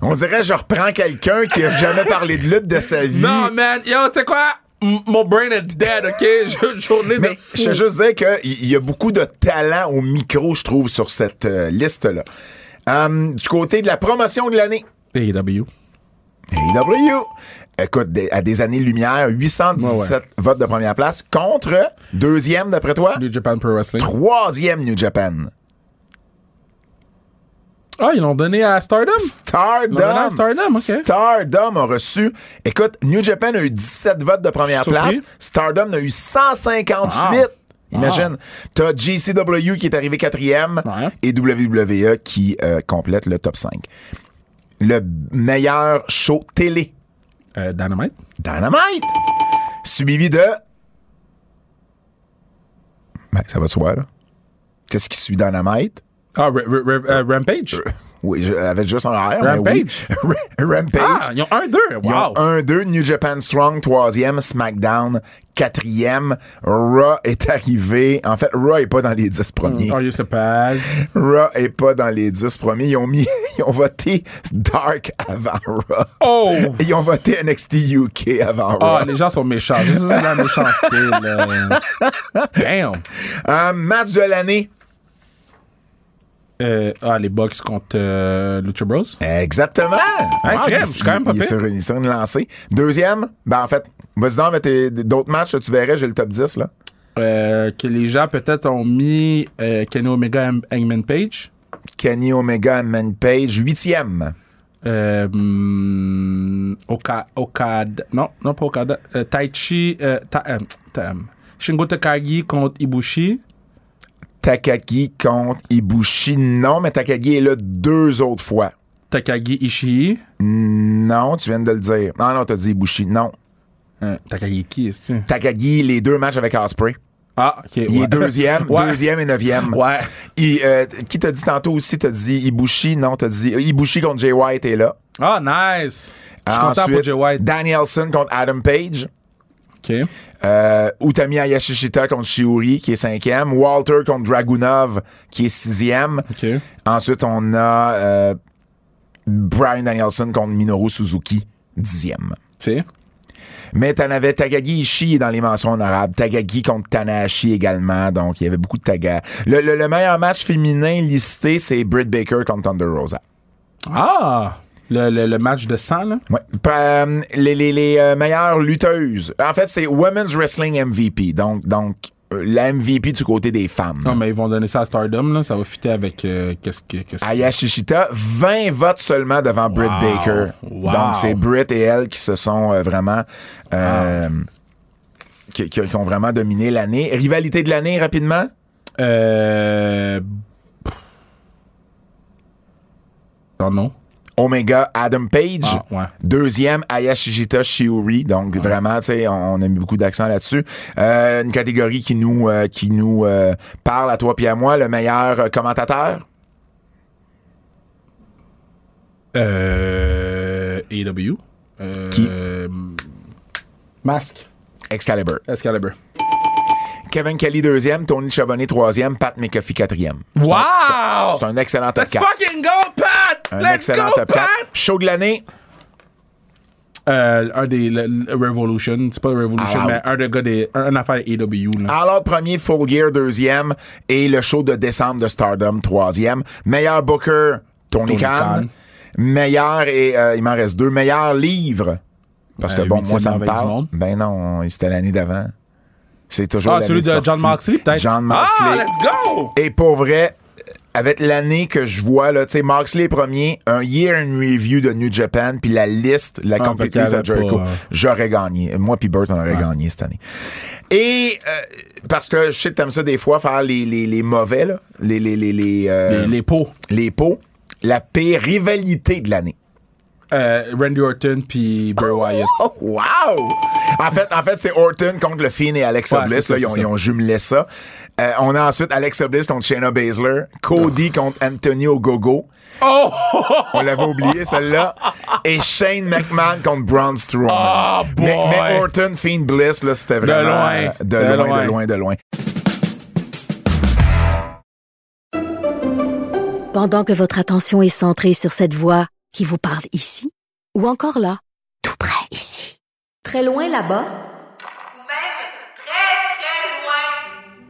S2: On dirait que je reprends quelqu'un qui a jamais parlé de lutte de sa vie.
S3: Non, man. Yo, tu sais quoi? M- mon brain est dead, OK? J'ai une journée
S2: mais
S3: de fou.
S2: je veux juste dire qu'il y a beaucoup de talent au micro, je trouve, sur cette euh, liste-là. Hum, du côté de la promotion de l'année,
S3: AEW.
S2: AEW, écoute, des- à des années-lumière, 817
S3: Ouais, ouais.
S2: votes de première place contre deuxième, d'après toi,
S3: New Japan Pro Wrestling.
S2: troisième New Japan.
S3: Ah, ils l'ont donné à Stardom?
S2: Stardom.
S3: Ils l'ont donné à Stardom, OK.
S2: Stardom a reçu. Écoute, New Japan a eu 17 votes de première
S3: Surpris.
S2: place. Stardom a eu 158.
S3: Wow.
S2: Imagine. T'as GCW qui est arrivé quatrième
S3: Ouais.
S2: et WWE qui euh, complète le top 5. Le meilleur show télé,
S3: Euh, Dynamite.
S2: Dynamite, suivi de. Ben, ça va de soi, là. Qu'est-ce qui suit Dynamite?
S3: Ah, Ra- Ra- Ra- euh, Rampage.
S2: Oui, je- avec juste un R. mais
S3: Rampage.
S2: oui. Rampage.
S3: Ah, ils ont un, deux.
S2: Ils
S3: Wow.
S2: ont 1-2, New Japan Strong, troisième, SmackDown, quatrième. Raw est arrivé. En fait, Raw est pas dans les 10 premiers.
S3: Are Oh, you surprised?
S2: Raw est pas dans les 10 premiers. Ils ont mis, ils ont voté Dark avant Raw.
S3: Oh!
S2: Ils ont voté NXT UK avant
S3: Ah,
S2: Raw.
S3: les gens sont méchants. Ça, c'est de la méchanceté, là. Damn.
S2: Un match de l'année.
S3: Euh, ah, les Bucks contre euh, Lucha Bros.
S2: Exactement.
S3: Hey,
S2: Ah,
S3: crème,
S2: il-
S3: je suis quand même pas
S2: il, est
S3: pire.
S2: sur, il est sur une lancée. Deuxième, ben en fait, vas-y donc, mais t'es- d'autres matchs, là, tu verrais, j'ai le top 10, là.
S3: Euh, que les gens, peut-être, ont mis euh, Kenny Omega Hang- Hangman Page.
S2: Kenny Omega, Man Page, huitième.
S3: Euh, hmm, Oka- Okada. Non, non, pas Okada. Euh, Taichi. euh, Ta- euh, Ta- euh, Shingo Takagi contre Ibushi.
S2: Takagi contre Ibushi. Non, mais Takagi est là deux autres fois.
S3: Takagi Ishii.
S2: Non, tu viens de le dire. Non, non, t'as dit Ibushi. Non.
S3: Euh, Takagi qui, est-ce que-
S2: Takagi, les deux matchs avec Osprey.
S3: Ah, ok.
S2: Il
S3: ouais.
S2: est deuxième,
S3: Ouais.
S2: deuxième et neuvième.
S3: Ouais.
S2: Il, euh, qui t'a dit tantôt aussi, t'as dit Ibushi. Non, t'as dit euh, Ibushi contre Jay White est là.
S3: Ah, nice. Je suis content pour
S2: Ensuite,
S3: Jay White.
S2: Danielson contre Adam Page.
S3: Ok.
S2: Euh, Utami Ayashishita contre Shiori, qui est cinquième. Walter contre Dragunov, qui est sixième.
S3: Ok.
S2: Ensuite, on a euh, Brian Danielson contre Minoru Suzuki, dixième.
S3: Tu sais.
S2: Mais t'en avais Tagagi Ishii dans les mentions honorables. Tagagi contre Tanahashi également. Donc, il y avait beaucoup de taga. Le, le- le meilleur match féminin listé, c'est Britt Baker contre Thunder Rosa.
S3: Ah! Le, le, le match de sang, là.
S2: Ouais. Pa- euh, les les, les, euh, meilleures lutteuses. En fait, c'est Women's Wrestling MVP. Donc, donc euh, la MVP du côté des femmes.
S3: Non, mais ils vont donner ça à Stardom, là. Ça va fitter avec. euh, qu'est-ce que. Qu'est-ce que...
S2: Ayashishita, 20 votes seulement devant Britt
S3: Wow.
S2: Baker.
S3: Wow.
S2: Donc, c'est Britt et elle qui se sont euh, vraiment. euh,
S3: Ah.
S2: qui, qui- qui ont vraiment dominé l'année. Rivalité de l'année, rapidement?
S3: Euh. Non, non.
S2: Omega, Adam Page.
S3: Ah, ouais.
S2: Deuxième, Ayashijita Shiori. Donc, vraiment, tu sais, on, on a mis beaucoup d'accent là-dessus. Euh, une catégorie qui nous, euh, qui nous euh, parle à toi puis à moi, le meilleur euh, commentateur.
S3: Euh. AW. Euh,
S2: Qui?
S3: Masque.
S2: Excalibur.
S3: Excalibur.
S2: Kevin Kelly, deuxième. Tony Chabonnet, troisième. Pat McAfee, quatrième.
S3: Wow!
S2: C'est un excellent top
S3: Let's
S2: 4.
S3: fucking go, Pat!
S2: Un
S3: Let's
S2: excellent
S3: go,
S2: top 4.
S3: Pat!
S2: Show de l'année.
S3: Euh, un des. le- le Revolution. C'est pas Revolution,
S2: All
S3: mais
S2: Out.
S3: un des gars des. Un, une affaire AW, là.
S2: Alors, premier, Full Gear, deuxième. Et le show de décembre de Stardom, troisième. Meilleur Booker, Tony,
S3: Tony
S2: Khan.
S3: Khan.
S2: Meilleur, et euh, il m'en reste deux, meilleur livre. Parce que
S3: Euh,
S2: bon,
S3: huitième
S2: moi, ça me
S3: merveille du
S2: parle.
S3: monde.
S2: Ben non, c'était l'année d'avant. C'est toujours
S3: Ah,
S2: l'année
S3: celui de
S2: sortie.
S3: John Moxley, peut-être.
S2: John Moxley.
S3: Ah, let's go!
S2: Et pour vrai, avec l'année que je vois, là, tu sais, Moxley premier, un year in review de New Japan, puis la liste, la
S3: Ah,
S2: complete
S3: parce
S2: list
S3: qu'il
S2: à
S3: y avait
S2: Jericho,
S3: pas, euh,
S2: j'aurais gagné. Moi puis Burt, on aurait gagné cette année. Et euh, parce que je sais que t'aimes ça des fois, faire les, les, les mauvais, là, les, les, les, les, euh,
S3: Les, les pots.
S2: les pots, la pire rivalité de l'année.
S3: Euh, Randy Orton puis Bray Wyatt.
S2: Oh, wow! En fait, en fait c'est Orton contre le Fiend et Alexa
S3: Ouais, c'est
S2: Bliss.
S3: ça,
S2: là, ils, ont,
S3: c'est ça.
S2: ils ont jumelé ça. Euh, on a ensuite Alexa Bliss contre Shayna Baszler. Cody contre Anthony Ogogo.
S3: Ah. Oh!
S2: On l'avait oublié, celle-là. Et Shane McMahon contre Braun Strowman.
S3: Ah, boy!
S2: mais, mais Orton, Fiend, Bliss, là, c'était vraiment...
S3: loin.
S2: euh, De,
S3: De
S2: loin,
S3: loin.
S2: de loin, de loin.
S4: Pendant que votre attention est centrée sur cette voix qui vous parle ici, ou encore là, tout près ici, très loin là-bas,
S5: ou même très très loin.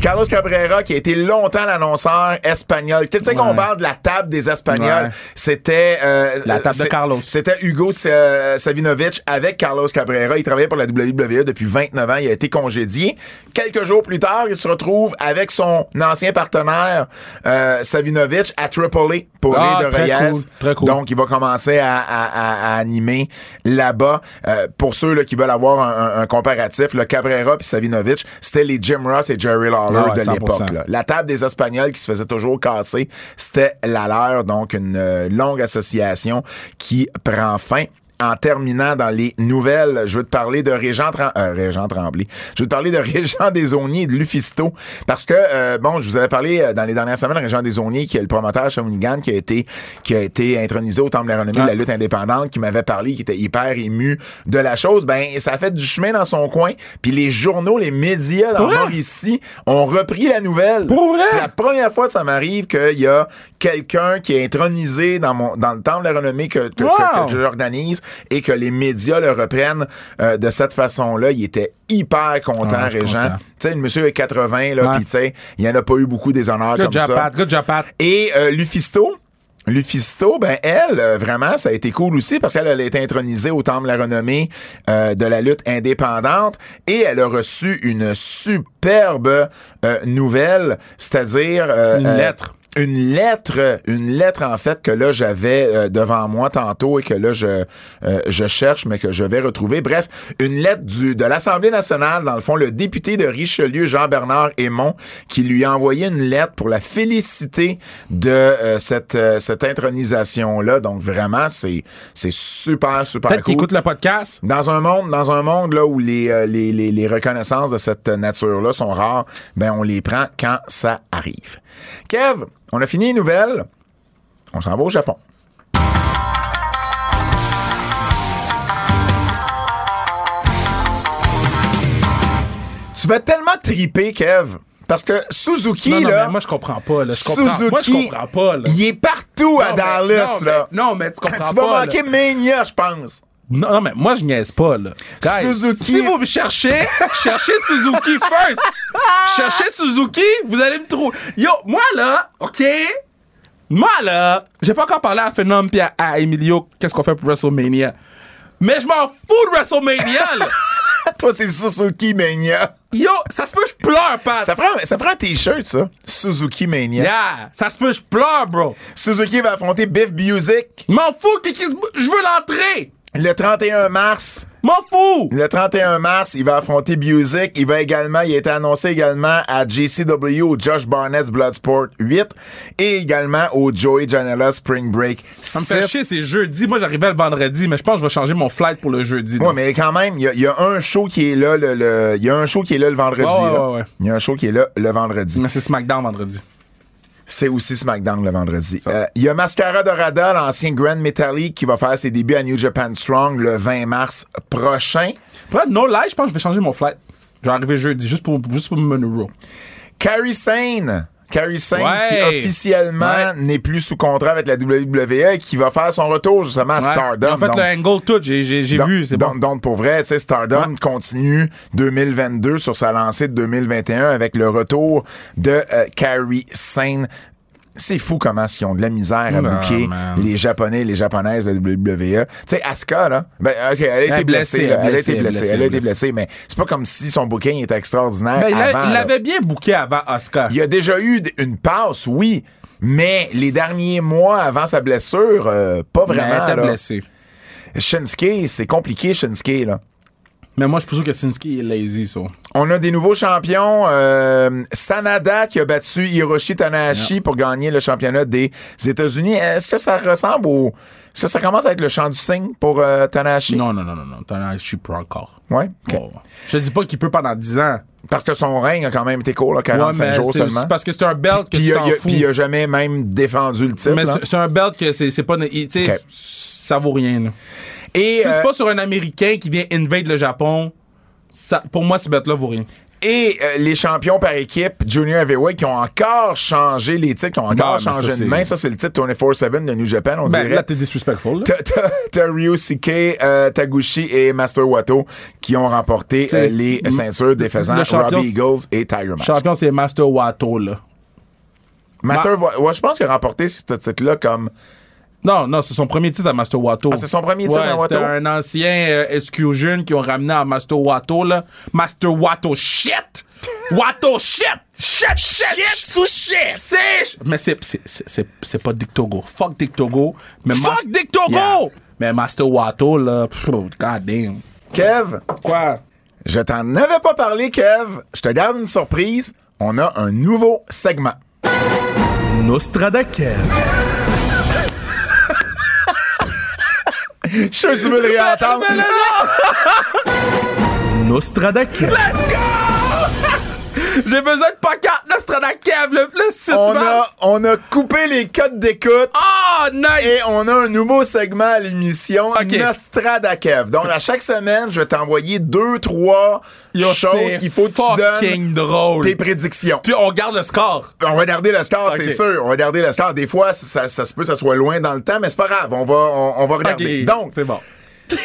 S2: Carlos Cabrera, qui a été longtemps l'annonceur espagnol. Tu sais qu'on parle de la table des Espagnols.
S3: Ouais.
S2: C'était... euh,
S3: La table de
S2: c'est-
S3: Carlos.
S2: C'était Hugo euh, Savinovich avec Carlos Cabrera. Il travaillait pour la WWE depuis 29 ans. Il a été congédié. Quelques jours plus tard, il se retrouve avec son ancien partenaire euh, Savinovich à Tripoli pour
S3: Ah,
S2: les de
S3: très
S2: Reyes.
S3: cool, très cool.
S2: Donc, il va commencer à, à- à- à animer là-bas. Euh, pour ceux là, qui veulent avoir un, un- un comparatif, le Cabrera puis Savinovich, c'était les Jim Ross et Jerry Lawler
S3: Ah ouais,
S2: de l'époque.
S3: 100%.
S2: là. La table des Espagnols qui se faisait toujours casser, c'était la leur, donc une euh, longue association qui prend fin. En terminant dans les nouvelles, je veux te parler de Régent, Trem- euh, Régent Tremblay. Je veux te parler de Régent Desauniers et de Lufisto. Parce que, euh, bon, je vous avais parlé euh, dans les dernières semaines, Régent Desauniers, qui est le promoteur à Shawinigan, qui a été, qui a été intronisé au Temple de la renommée de la
S3: Ouais.
S2: lutte indépendante, qui m'avait parlé, qui était hyper ému de la chose. Ben, ça a fait du chemin dans son coin. Puis les journaux, les médias dans
S3: Pour vrai?
S2: ici ont repris la nouvelle.
S3: Pour vrai?
S2: C'est la première fois que ça m'arrive qu'il y a quelqu'un qui est intronisé dans mon dans le temple de la renommée que, que,
S3: Wow!
S2: que- que j'organise et que les médias le reprennent euh, de cette façon-là. Il était hyper content,
S3: Ouais, je suis
S2: Régent.
S3: content.
S2: Tu sais, le monsieur est 80, là,
S3: Ouais.
S2: puis tu sais, il n'y en a pas eu beaucoup des honneurs
S3: Good
S2: comme
S3: job,
S2: ça.
S3: Pat. Good job, Pat.
S2: Et euh, Lufisto. Lufisto, ben elle, euh, vraiment, ça a été cool aussi parce qu'elle elle a été intronisée au temple de la renommée euh, de la lutte indépendante et elle a reçu une superbe euh, nouvelle, c'est-à-dire euh,
S3: Une
S2: euh,
S3: lettre.
S2: une lettre, une lettre en fait que là j'avais euh, devant moi tantôt et que là je euh, je cherche mais que je vais retrouver. Bref, une lettre du de l'Assemblée nationale dans le fond le député de Richelieu Jean-Bernard Aymon qui lui a envoyé une lettre pour la féliciter de euh, cette euh, cette intronisation là. Donc vraiment c'est c'est super super
S3: Peut-être
S2: cool.
S3: qu'il écoute le podcast.
S2: Dans un monde, dans un monde là où les, euh, les, les, les reconnaissances de cette nature-là sont rares, ben on les prend quand ça arrive. Kev, on a fini les nouvelles. On s'en va au Japon. Tu vas tellement triper, Kev, parce que Suzuki
S3: Non, non,
S2: là,
S3: mais moi, je comprends pas, là. Je comprends.
S2: Suzuki,
S3: Moi, je comprends pas, là.
S2: il est partout à
S3: Non, mais-
S2: Dallas
S3: non,
S2: là.
S3: mais- non, mais tu comprends
S2: Tu
S3: pas,
S2: vas
S3: là.
S2: manquer Mania, je pense.
S3: Non, non, mais moi, je niaise pas, là. Guys,
S2: Suzuki-
S3: Si vous me cherchez, cherchez Suzuki first. cherchez Suzuki, vous allez me trouver. Yo, moi, là, OK? Moi, là, j'ai pas encore parlé à Phenom pis à, à Emilio qu'est-ce qu'on fait pour WrestleMania. Mais je m'en fous de WrestleMania, là.
S2: Toi, c'est Suzuki Mania.
S3: Yo, ça se peut, je pleure, Pat.
S2: Ça prend, ça prend un t-shirt, ça. Suzuki Mania.
S3: Yeah, ça se peut, je pleure, bro.
S2: Suzuki va affronter Biff Music
S3: Je M'en fous, qui- qui se- je veux l'entrée.
S2: le 31 mars.
S3: M'en fous.
S2: Le 31 mars, il va affronter Music. Il va également, il a été annoncé également à JCW au Josh Barnett's Bloodsport 8 et également au Joey Janela Spring Break 6.
S3: Ça me fait chier, c'est jeudi. Moi, j'arrivais le vendredi, mais je pense que je vais changer mon flight pour le jeudi.
S2: Ouais, mais quand même, il y, a- il y a un show qui est là le, le- il y a un show qui est là le vendredi.
S3: Ouais, ouais,
S2: là.
S3: ouais, ouais.
S2: Il y a un show qui est là le vendredi.
S3: Mais c'est SmackDown vendredi.
S2: C'est aussi SmackDown le vendredi. Euh, Il y a Mascara Dorada, l'ancien Grand Metallic, qui va faire ses débuts à New Japan Strong le 20 mars prochain.
S3: Après, no lie, je pense que je vais changer mon flight. Je vais arriver jeudi, juste pour, juste pour Monero.
S2: Carrie Sane, Carrie Saint, qui
S3: Ouais.
S2: officiellement
S3: Ouais.
S2: n'est plus sous contrat avec la WWE, qui va faire son retour justement à
S3: Ouais.
S2: Stardom.
S3: Ils ont fait
S2: Donc,
S3: le angle tout, j'ai- j'ai j'ai
S2: donc-
S3: vu, c'est bon.
S2: donc, donc, pour vrai, tu sais, Stardom
S3: Ouais.
S2: continue 2022 sur sa lancée de 2021 avec le retour de euh, Carrie Sane. C'est fou comment ils ont de la misère à
S3: Non,
S2: bouquer
S3: man.
S2: les Japonais et les Japonaises de la WWE. Tu sais, Asuka, là, ben, OK, elle a été
S3: est blessée,
S2: blessée, là. elle a
S3: blessée,
S2: été blessée,
S3: blessée,
S2: elle a été
S3: blessée.
S2: blessée, mais c'est pas comme si son booking était extraordinaire
S3: Ben, il l'a-
S2: avant, là.
S3: il l'avait bien booké avant Oscar.
S2: Il y a déjà eu d- une passe, oui, mais les derniers mois avant sa blessure, euh, pas
S3: Mais
S2: vraiment.
S3: elle était
S2: là.
S3: blessé.
S2: Shinsuke, c'est compliqué, Shinsuke. Là.
S3: Mais moi, je suis sûr que Sinski est lazy, ça.
S2: On a des nouveaux champions. euh, Sanada qui a battu Hiroshi Tanahashi pour gagner le championnat des États-Unis. Est-ce que ça ressemble au... Est-ce que ça commence à être le chant du signe pour euh, Tanahashi?
S3: Non, non, non, non, non. T'en as, je suis pas encore.
S2: Ouais, ok.
S3: Bon. Je te dis pas qu'il peut pendant 10 ans.
S2: Parce que son règne a quand même été court, là, 45 jours
S3: c'est
S2: seulement.
S3: c'est parce que c'est un belt que
S2: Puis
S3: tu
S2: il a-
S3: t'en
S2: il a-
S3: fous.
S2: puis il a jamais même défendu le titre.
S3: mais
S2: là.
S3: c'est c'est un belt que c'est c'est pas. il- Tu sais,
S2: Ok.
S3: ça vaut rien, là.
S2: Et,
S3: Si
S2: euh,
S3: c'est pas sur un Américain qui vient invade le Japon, ça, pour moi, ce bête-là vaut rien.
S2: Et euh, les champions par équipe, Junior Heavyweight, qui ont encore changé les titres, qui ont encore
S3: Non, mais
S2: changé
S3: ça,
S2: de
S3: c'est-
S2: main. Ça, c'est le titre 24-7 de New Japan, on
S3: Ben, là,
S2: dirait.
S3: t'es disrespectful. là.
S2: T'as- T'as t'as Ryusuke, euh, Taguchi et Master Wato qui ont remporté
S3: T'sais,
S2: euh, les
S3: m-
S2: ceintures défaisant
S3: le champion,
S2: Robbie
S3: c'est-
S2: Eagles et Tiger Mask.
S3: Champion, c'est Master Wato, là.
S2: Master, Wa- ouais, je pense qu'il a remporté ce titre-là comme...
S3: Non, non, c'est son premier titre à Master Wato.
S2: Ah, c'est son premier titre
S3: Ouais,
S2: à Wato?
S3: C'était un ancien euh, SQ jeune qui ont ramené à Master Wato, là. Master Wato, shit! Wato, shit! Shit, shit, shit, sous shit! C'est... Mais c'est, c'est, c'est, c'est, c'est pas Dick Togo. Fuck Dick Togo. Mais
S2: Fuck Dick Togo!
S3: Mais Master Wato, là, pff, god damn.
S2: Kev,
S3: Quoi?
S2: je t'en avais pas parlé, Kev. Je te garde une surprise. On a un nouveau segment.
S3: Nostradakev.
S2: Je suis sûr que tu veux le réentendre.
S3: Nostradakev. Let's go! J'ai besoin de pancarte Nostradakev, le, le 6
S2: On a,
S3: mars.
S2: on a coupé les codes d'écoute.
S3: Ah, nice!
S2: Et on a un nouveau segment à l'émission,
S3: Ok.
S2: Nostradakev. Donc, à chaque semaine, je vais t'envoyer deux, trois
S3: Yo,
S2: choses
S3: c'est
S2: qu'il faut que tu donnes
S3: fucking drôle.
S2: tes prédictions.
S3: Puis on garde le score.
S2: On va garder le score,
S3: Ok.
S2: c'est sûr. On va garder le score. Des fois, ça, ça- ça se peut que ça soit loin dans le temps, mais c'est pas grave. On va, on, on va regarder.
S3: Ok,
S2: Donc,
S3: c'est bon.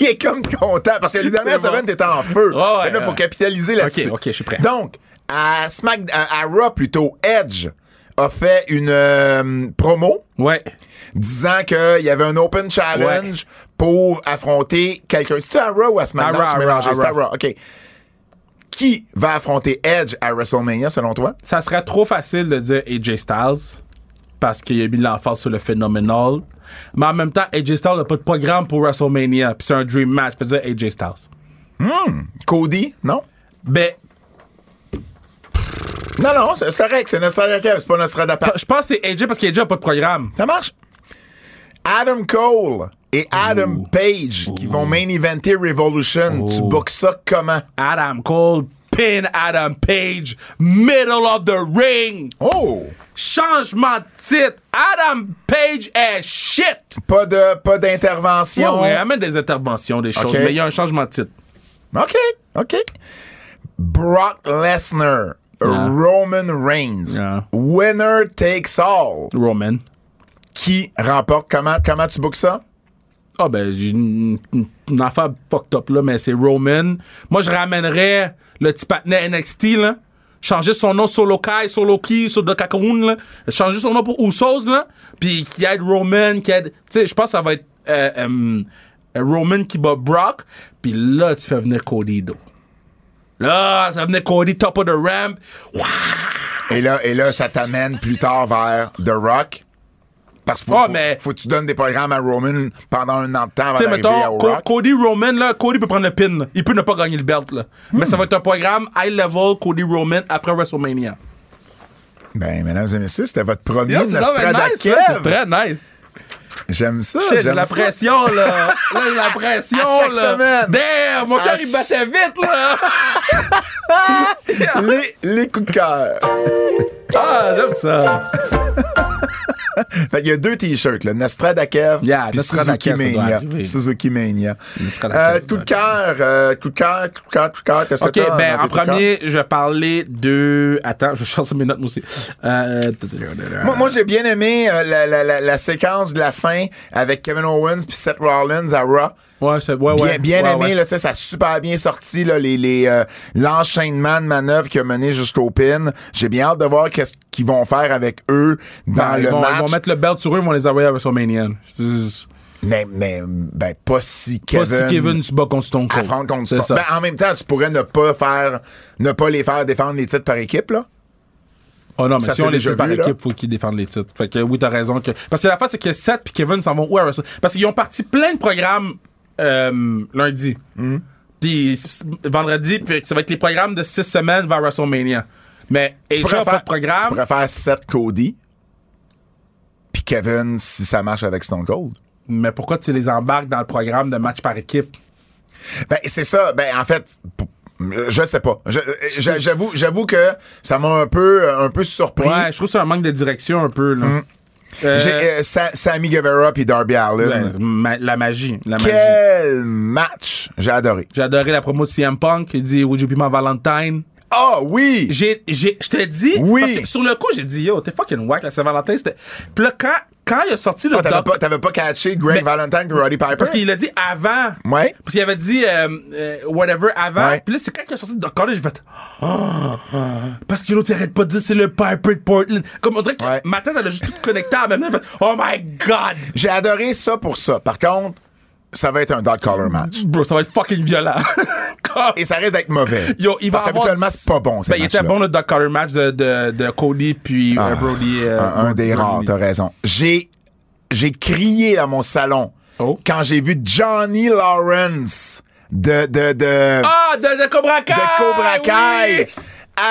S2: il est comme content parce que les dernières
S3: C'est bon.
S2: semaines, t'étais en feu.
S3: Ouais, ouais,
S2: Fait que là,
S3: ouais.
S2: faut capitaliser là-dessus.
S3: Ok, ok, je suis prêt.
S2: Donc, à Smack, à, à Raw plutôt, Edge a fait une euh, promo
S3: Ouais.
S2: disant qu'il y avait un open challenge pour affronter quelqu'un. C'est-tu à Raw ou à SmackDown?
S3: À
S2: Je
S3: Raw,
S2: suis
S3: à
S2: mélangé,
S3: Raw,
S2: c'est à
S3: à Raw.
S2: Raw. OK. Qui va affronter Edge à WrestleMania, selon toi?
S3: Ça serait trop facile de dire AJ Styles parce qu'il a mis l'emphase sur le phénoménal. Mais en même temps, AJ Styles n'a pas de programme pour WrestleMania. Puis c'est un dream match. Je veux dire AJ Styles.
S2: Cody? Non?
S3: Ben,
S2: Non, non, c'est c'est correct. C'est Nostradamus, c'est pas Nostradamus.
S3: je pense que c'est AJ parce qu'AJ n'a pas de programme.
S2: Ça marche. Adam Cole et Adam Page qui vont main eventer Revolution. Tu
S3: Oh.
S2: bookes ça comment?
S3: Adam Cole, pin Adam Page, middle of the ring.
S2: Oh!
S3: Changement de titre. Adam Page est shit.
S2: Pas de pas d'intervention.
S3: Ouais, ouais, amène des interventions, des choses.
S2: Ok.
S3: Mais il y a un changement de titre.
S2: OK, OK. Brock Lesnar, Roman Reigns,
S3: Yeah.
S2: winner takes all.
S3: Roman.
S2: Qui remporte? Comment, comment tu bookes ça?
S3: Ah ben, j'ai une, une- une affaire fucked up là, mais c'est Roman. Moi, je ramènerais le petit patinet NXT, là. Changer son nom sur Lokai, sur Loki, sur Dokakoun, là. Changer son nom pour Usos, là. Puis qui aide Roman, qui aide... Tu sais, je pense que ça va être euh, euh, Roman qui bat Brock. Puis là, tu fais venir Cody, Do. Là, ça venait Cody, top of the ramp.
S2: Et là, et là ça t'amène plus tard vers The Rock. Parce que faut,
S3: Ah,
S2: faut-
S3: mais-
S2: faut que tu donnes des programmes à Roman pendant un an de temps avant
S3: Tu sais,
S2: d'arriver à
S3: mettons, Co-
S2: Rock.
S3: Cody Roman, là, Cody peut prendre le pin. là. Il peut ne pas gagner le belt, là.
S2: Hmm.
S3: Mais ça va être un programme high level Cody Roman après WrestleMania.
S2: Ben, mesdames et messieurs, c'était votre premier
S3: Yo, c'est donc bien nice, là.
S2: Nostradakev.
S3: C'est très nice.
S2: J'aime ça,
S3: Shit, j'ai
S2: j'aime
S3: la
S2: ça.
S3: pression, là. Là, j'ai la pression,
S2: À chaque
S3: là.
S2: semaine.
S3: Damn, mon
S2: À
S3: cœur, il
S2: ch-
S3: battait vite, là.
S2: Les, les coups de cœur.
S3: Ah, j'aime ça.
S2: fait qu'il y a deux t-shirts, là. Nostradakev
S3: Yeah,
S2: puis Suzuki
S3: Nostradakev, ça doit
S2: Mania.
S3: arriver.
S2: Suzuki Mania.
S3: Nostradakev,
S2: Euh,
S3: ça
S2: coup
S3: doit
S2: de cœur, euh, coup de cœur, coup de cœur, coup de cœur, qu'est-ce que
S3: OK,
S2: t'as dans
S3: ben,
S2: tes
S3: en
S2: coups de cœur?
S3: premier, je vais parler de. Attends, je vais chercher mes notes, moi aussi. Euh,
S2: Moi, moi j'ai bien aimé euh, la, la, la, la séquence de la fin avec Kevin Owens puis Seth Rollins à Raw.
S3: ouais, c'est- ouais,
S2: Bien,
S3: ouais.
S2: bien
S3: ouais,
S2: aimé,
S3: ouais.
S2: Là, ça, ça a super bien sorti, là, les, les, euh, l'enchaînement de manœuvres qui a mené jusqu'au pin. J'ai bien hâte de voir qu'est-ce qu'ils vont faire avec eux dans
S3: Ben,
S2: le
S3: ils, vont,
S2: match.
S3: ils vont mettre le belt sur eux, ils vont les envoyer à WrestleMania. C'est-
S2: Mais, mais, ben, pas si
S3: Pas
S2: Kevin.
S3: si Kevin se bat contre Stone Cold.
S2: affronte contre
S3: C'est
S2: Stone.
S3: ça.
S2: Ben, en même temps, tu pourrais ne pas faire, ne pas les faire défendre les titres par équipe, là.
S3: Oh non, mais
S2: Ça,
S3: si
S2: c'est
S3: on les
S2: déjà
S3: tue par
S2: vu, là.
S3: équipe, faut qu'ils défendent les titres. Fait que oui, t'as raison. Que... Parce que la fin, c'est que Seth et Kevin s'en vont où à Wrestle- Parce qu'ils ont parti plein de programmes euh, lundi.
S2: Hmm.
S3: Puis c- c- vendredi, puis ça va être les programmes de six semaines vers WrestleMania. Mais AJ a pas de
S2: tu
S3: programme.
S2: pourrais faire Seth Cody. Puis Kevin, si ça marche avec Stone Cold.
S3: Mais pourquoi tu les embarques dans le programme de match par équipe?
S2: Ben, c'est ça. Ben, en fait, p- je sais pas. Je- euh, je- J'avoue, j'avoue que ça m'a un peu, euh, un peu surpris.
S3: Ouais, je trouve que c'est un manque de direction un peu. Là. Euh,
S2: Hmm. J'ai, euh, Sa- Sammy Guevara puis Darby Allin.
S3: ouais, ma- la magie. La magie.
S2: Quel match! J'ai adoré.
S3: J'ai adoré la promo de CM Punk. Il dit Would you be my Valentine?
S2: Ah oui!
S3: J'ai, j'ai, je te dis,
S2: Oui.
S3: parce que sur le coup, j'ai dit, yo, t'es fucking whack, la Saint-Valentin, c'était. Puis là, quand, quand il a sorti le
S2: Ah, T'avais
S3: doc-
S2: pas, t'avais pas catché Greg
S3: Mais-
S2: Valentine et Roddy Piper?
S3: parce qu'il l'a dit avant.
S2: Ouais.
S3: Parce qu'il avait dit, euh, euh, whatever, avant.
S2: Ouais.
S3: Puis là, c'est quand il a sorti le doc collé, j'ai fait, Ah. parce que l'autre, il arrête pas de dire, c'est le Piper de Portland. Comme on dirait que
S2: Ouais.
S3: ma tête, elle a juste tout connecté à la même temps. J'ai fait, oh my god!
S2: J'ai adoré ça pour ça. Par contre, ça va être un dog collar match.
S3: Bro, ça va être fucking violent. Comme-
S2: Et ça risque d'être mauvais.
S3: Yo, il va
S2: Parce
S3: avoir...
S2: qu'habituellement, c'est pas bon, ces
S3: Ben, il était
S2: matchs-là. Ah,
S3: bon, le Doc Collar match de, de, de Cody puis euh, Brody. euh,
S2: un, un des
S3: Brody.
S2: rares, t'as raison. J'ai, j'ai crié dans mon salon
S3: Oh.
S2: quand j'ai vu Johnny Lawrence de, de, de,
S3: Ah, de, de Cobra Kai!
S2: de Cobra Kai
S3: oui!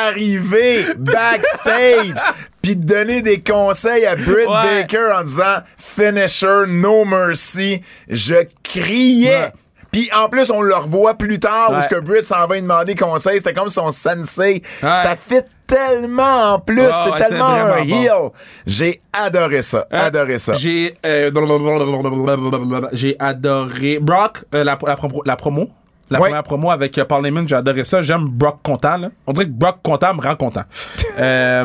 S2: arriver backstage puis te donner des conseils à Britt
S3: Ouais.
S2: Baker en disant finisher no mercy je criais
S3: Ouais.
S2: Puis en plus, on le revoit plus tard où
S3: Ouais.
S2: ce que Britt s'en va lui demander conseil. C'était comme son sensei.
S3: Ouais.
S2: Ça fit tellement en plus.
S3: Ouais,
S2: c'est
S3: ouais,
S2: tellement
S3: c'était
S2: un
S3: vraiment
S2: heel. J'ai adoré ça.
S3: Euh,
S2: adoré ça.
S3: J'ai euh, blablabla, j'ai adoré Brock euh, la, la, pro- la promo. La
S2: Ouais.
S3: première promo avec euh, Paul Heyman, j'ai adoré ça. J'aime Brock content. là. On dirait que Brock content me rend content. euh,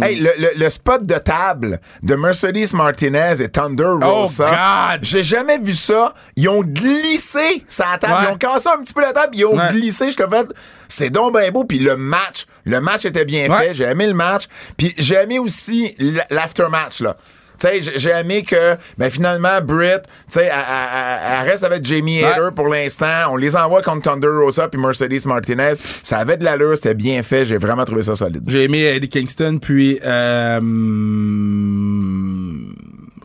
S2: Hey, le, le- le spot de table de Mercedes Martinez et Thunder
S3: Oh,
S2: Rosa.
S3: God!
S2: J'ai jamais vu ça. Ils ont glissé sa table.
S3: Ouais.
S2: Ils ont cassé un petit peu la table. Ils ont
S3: Ouais.
S2: glissé. Je te fais, c'est donc bien beau. Puis le match, le match était bien
S3: Ouais.
S2: fait. J'ai aimé le match. Puis j'ai aimé aussi l- l'aftermatch, là. Tu sais, j'ai- j'ai aimé que, ben finalement, Britt, tu sais, elle, elle- elle- elle reste avec Jamie
S3: Ouais.
S2: Hader pour l'instant. On les envoie contre Thunder Rosa puis Mercedes Martinez. Ça avait de l'allure, c'était bien fait. J'ai vraiment trouvé ça solide.
S3: j'ai aimé Eddie Kingston, puis euh,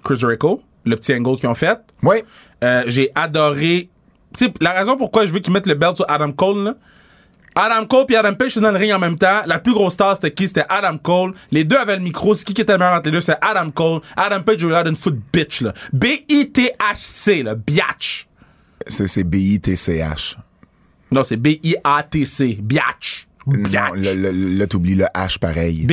S3: Chris Jericho, le petit angle qu'ils ont fait.
S2: Oui.
S3: Euh, j'ai adoré. Tu sais, la raison pourquoi je veux qu'ils mettent le belt sur Adam Cole, là. Adam Cole puis Adam Page sont dans le ring en même temps. La plus grosse star, c'était qui? C'était Adam Cole. Les deux avaient le micro. Ce qui était le meilleur entre les deux, c'est Adam Cole. Adam Page, j'ai l'air d'une foot bitch, là. B-I-T-H-C, là. Biatch.
S2: C'est c'est B-I-T-C-H.
S3: Non, c'est B-I-A-T-C. Biatch.
S2: Non, le-
S3: Biatch.
S2: le- le- là, t'oublies le H pareil.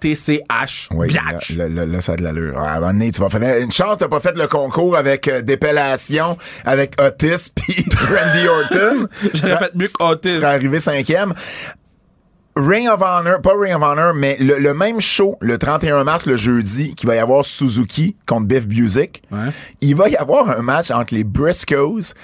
S3: B-I-A-T-C-H.
S2: Oui, là,
S3: Biatch.
S2: là, là, là, ça a de l'allure. Ah, À un moment donné, tu vas finir. Une chance, t'as pas fait le concours avec euh, dépellation, avec Otis puis Randy Orton. Tu serais-
S3: fait mieux
S2: tu-
S3: qu'Otis.
S2: Tu serais arrivé cinquième. Ring of Honor, pas Ring of Honor, mais le, le même show, le 31 mars, le jeudi, qui va y avoir Suzuki contre Biff Music.
S3: Ouais.
S2: Il va y avoir un match entre les Briscoes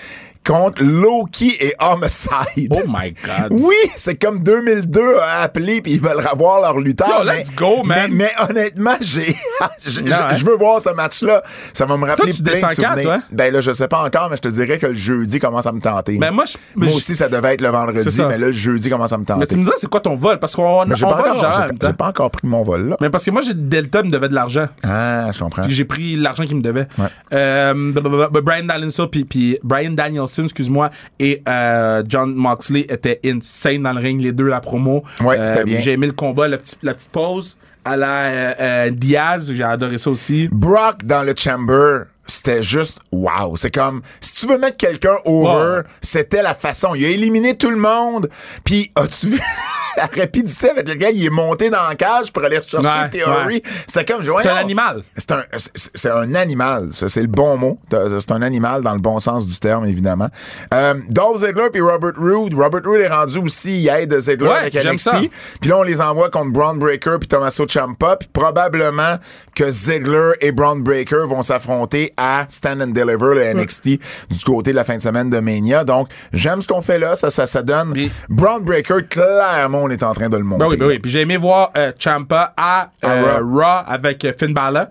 S2: contre Loki et Homicide.
S3: Oh my God.
S2: Oui, c'est comme 2002 a appelé puis ils veulent avoir leur lutteur.
S3: Yo, let's go, man.
S2: Mais, mais honnêtement, j'ai, je-
S3: Non, hein.
S2: je veux voir ce match-là. Ça va me rappeler
S3: Toi, tu
S2: plein de
S3: descends quand,
S2: souvenirs.
S3: toi?
S2: Ben là, je sais pas encore, mais je te dirais que le jeudi commence à me tenter.
S3: Ben, moi, je- je-
S2: aussi, ça devait être le
S3: C'est
S2: vendredi,
S3: ça.
S2: mais là, le jeudi commence à me
S3: Mais
S2: tenter.
S3: tu me dis, c'est quoi ton vol? Parce qu'on on
S2: Mais j'ai pas,
S3: vole
S2: encore-
S3: genre en
S2: j'ai-
S3: même
S2: j'ai
S3: temps.
S2: pas encore pris mon vol là.
S3: hein? Mais parce que moi, j'ai Delta me devait de l'argent.
S2: Ah, je comprends.
S3: Puis J'ai pris l'argent qu'il me devait.
S2: Ouais.
S3: Euh, blablabla, ben, Brian Danielson, puis, puis Brian Danielson, excuse-moi, et euh, John Moxley étaient insane dans le ring, les deux, la promo.
S2: Ouais,
S3: Euh,
S2: c'était bien.
S3: J'ai aimé le combat, la, petite- la petite pause à la euh, euh, Diaz, j'ai adoré ça aussi.
S2: Brock dans le Chamber, c'était juste wow. C'est comme si tu veux mettre quelqu'un over,
S3: Ouais.
S2: c'était la façon. Il a éliminé tout le monde. Puis as-tu vu la rapidité avec laquelle il est monté dans la cage pour aller rechercher
S3: Ouais,
S2: le Theory.
S3: ouais.
S2: C'était comme, je vois,
S3: C'est un
S2: non.
S3: animal.
S2: C'est un, c'est- c'est un animal, ça, c'est le bon mot. T'as- C'est un animal dans le bon sens du terme, évidemment. Euh, Dolph Ziggler puis Robert Roode. Robert Roode est rendu aussi, il aide Ziggler
S3: Ouais,
S2: avec
S3: j'aime ça.
S2: NXT. Puis là, on les envoie contre Braun Breaker puis Tommaso Ciampa. Puis probablement que Ziggler et Braun Breaker vont s'affronter à Stand and Deliver, le NXT, du côté de la fin de semaine de Mania. Donc, j'aime ce qu'on fait là. Ça, ça, ça donne.
S3: Puis-
S2: Braun Breaker, clairement, on est en train de le monter.
S3: Ben oui, ben oui. Puis j'ai aimé voir euh, Champa à, euh,
S2: Raw. Mm-hmm.
S3: Raw. avec euh, Finn Balor.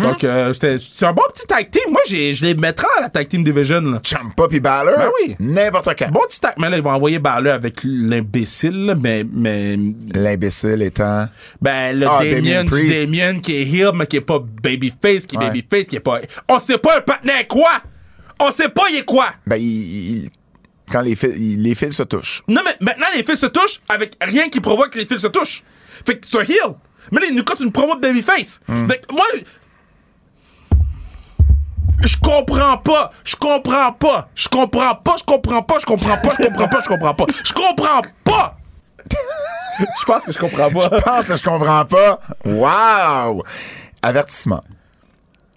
S3: Donc, euh, c'était- c'est un bon petit tag team. Moi, j'ai- je les mettrais à la tag team division. Là.
S2: Ciampa puis Balor.
S3: Ben oui.
S2: N'importe quand.
S3: Bon petit tag. Mais là, ils vont envoyer Balor avec l'imbécile. là, Mais, mais
S2: L'imbécile étant.
S3: ben, le
S2: Ah, Damien
S3: Damien, du
S2: Priest.
S3: Damien qui est heel, mais qui est pas babyface, qui est
S2: Ouais.
S3: babyface, qui est pas. On sait pas un patin quoi! On sait pas il est quoi!
S2: Ben, il- il- quand les fils, il- les fils se touchent.
S3: Non, mais maintenant, les fils se touchent avec rien qui provoque que les fils se touchent. Fait que c'est un heel. Mais là, il nous cote une promo de Babyface. Fait que moi. Je comprends pas, je comprends pas, je comprends pas, je comprends pas, je comprends pas, je comprends pas, je comprends pas, je comprends pas! Je pense que je comprends pas.
S2: Pense que je comprends pas. Wow! Avertissement.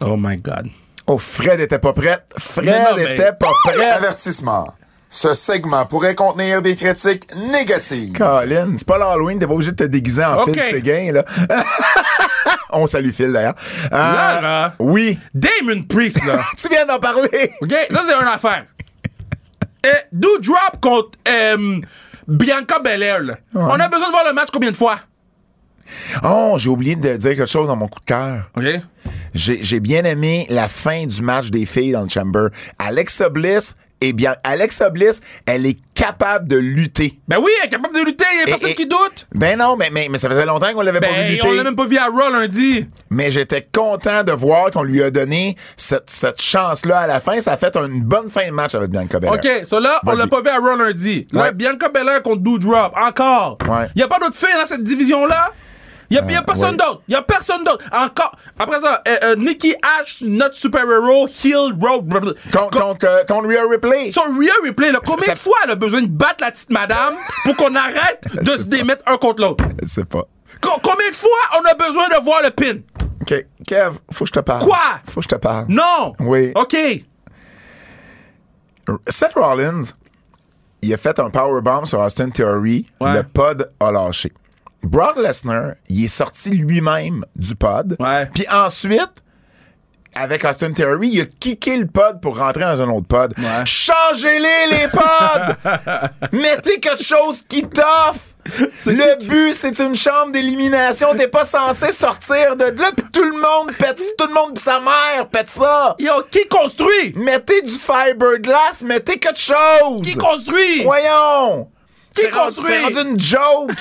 S3: Oh my god.
S2: Oh, Fred était pas prête. Fred
S3: Mais non, mais-
S2: était pas prêt.
S6: Avertissement. Ce segment pourrait contenir des critiques négatives.
S2: Colin, c'est pas l'Halloween, t'es pas obligé de te déguiser en
S3: Ok.
S2: Phil Séguin, là. On salue Phil, d'ailleurs. Euh,
S3: Là, là.
S2: Oui.
S3: Damon Priest, là.
S2: Tu viens d'en parler.
S3: OK? Ça, c'est une affaire. Et Doudrop contre euh, Bianca Belair, là. On a besoin de voir le match combien de fois?
S2: Oh, j'ai oublié de dire quelque chose dans mon coup de cœur.
S3: OK?
S2: J'ai j'ai bien aimé la fin du match des filles dans le Chamber. Alexa Bliss, eh bien, Alexa Bliss, elle est capable de lutter.
S3: Ben oui, elle est capable de lutter, il a personne
S2: et-
S3: qui doute.
S2: Ben non, mais, mais, mais ça faisait longtemps qu'on l'avait pas vu
S3: Ben,
S2: lutter.
S3: on l'a même pas vu à Raw lundi.
S2: Mais j'étais content de voir qu'on lui a donné cette, cette chance-là à la fin. Ça a fait une bonne fin de match avec Bianca Belair.
S3: OK, ça là, on
S2: Vas-y.
S3: l'a pas vu à Raw lundi. Là,
S2: Ouais.
S3: Bianca Belair contre Doudrop, encore.
S2: Ouais. Euh,
S3: Il Y a pas d'autres filles dans cette division-là? Y a, y a personne
S2: ouais.
S3: d'autre. Y a personne d'autre. Encore. Après ça, euh, euh, Nikki Ash, notre super-héros, Hill Road. blablabla.
S2: Contre, contre, euh, contre Rhea Ripley.
S3: Son Rhea Replay, là, combien
S2: Ça-
S3: de fois elle a besoin de battre la petite madame pour qu'on arrête de se démettre un contre l'autre?
S2: Je sais pas.
S3: Co- combien de fois on a besoin de voir le pin?
S2: OK. Kev, faut que je te parle.
S3: Quoi?
S2: Faut que je te parle.
S3: Non!
S2: Oui.
S3: OK.
S2: Seth Rollins, il a fait un powerbomb sur Austin Theory.
S3: Ouais.
S2: Le pod a lâché. Brock Lesnar, il est sorti lui-même du pod.
S3: Ouais.
S2: Puis ensuite, avec Austin Theory, il a kické le pod pour rentrer dans un autre pod. Changez-les, les pods! Mettez quelque chose qui t'offre! Le but, c'est une chambre d'élimination. T'es pas censé sortir de là, puis tout le monde pète, tout le monde pis sa mère pète ça!
S3: Yo, qui construit?
S2: Mettez du fiberglass, mettez quelque chose.
S3: Qui construit?
S2: Voyons.
S3: Qui
S2: C'est rendu-
S3: construit?
S2: C'est rendu une joke.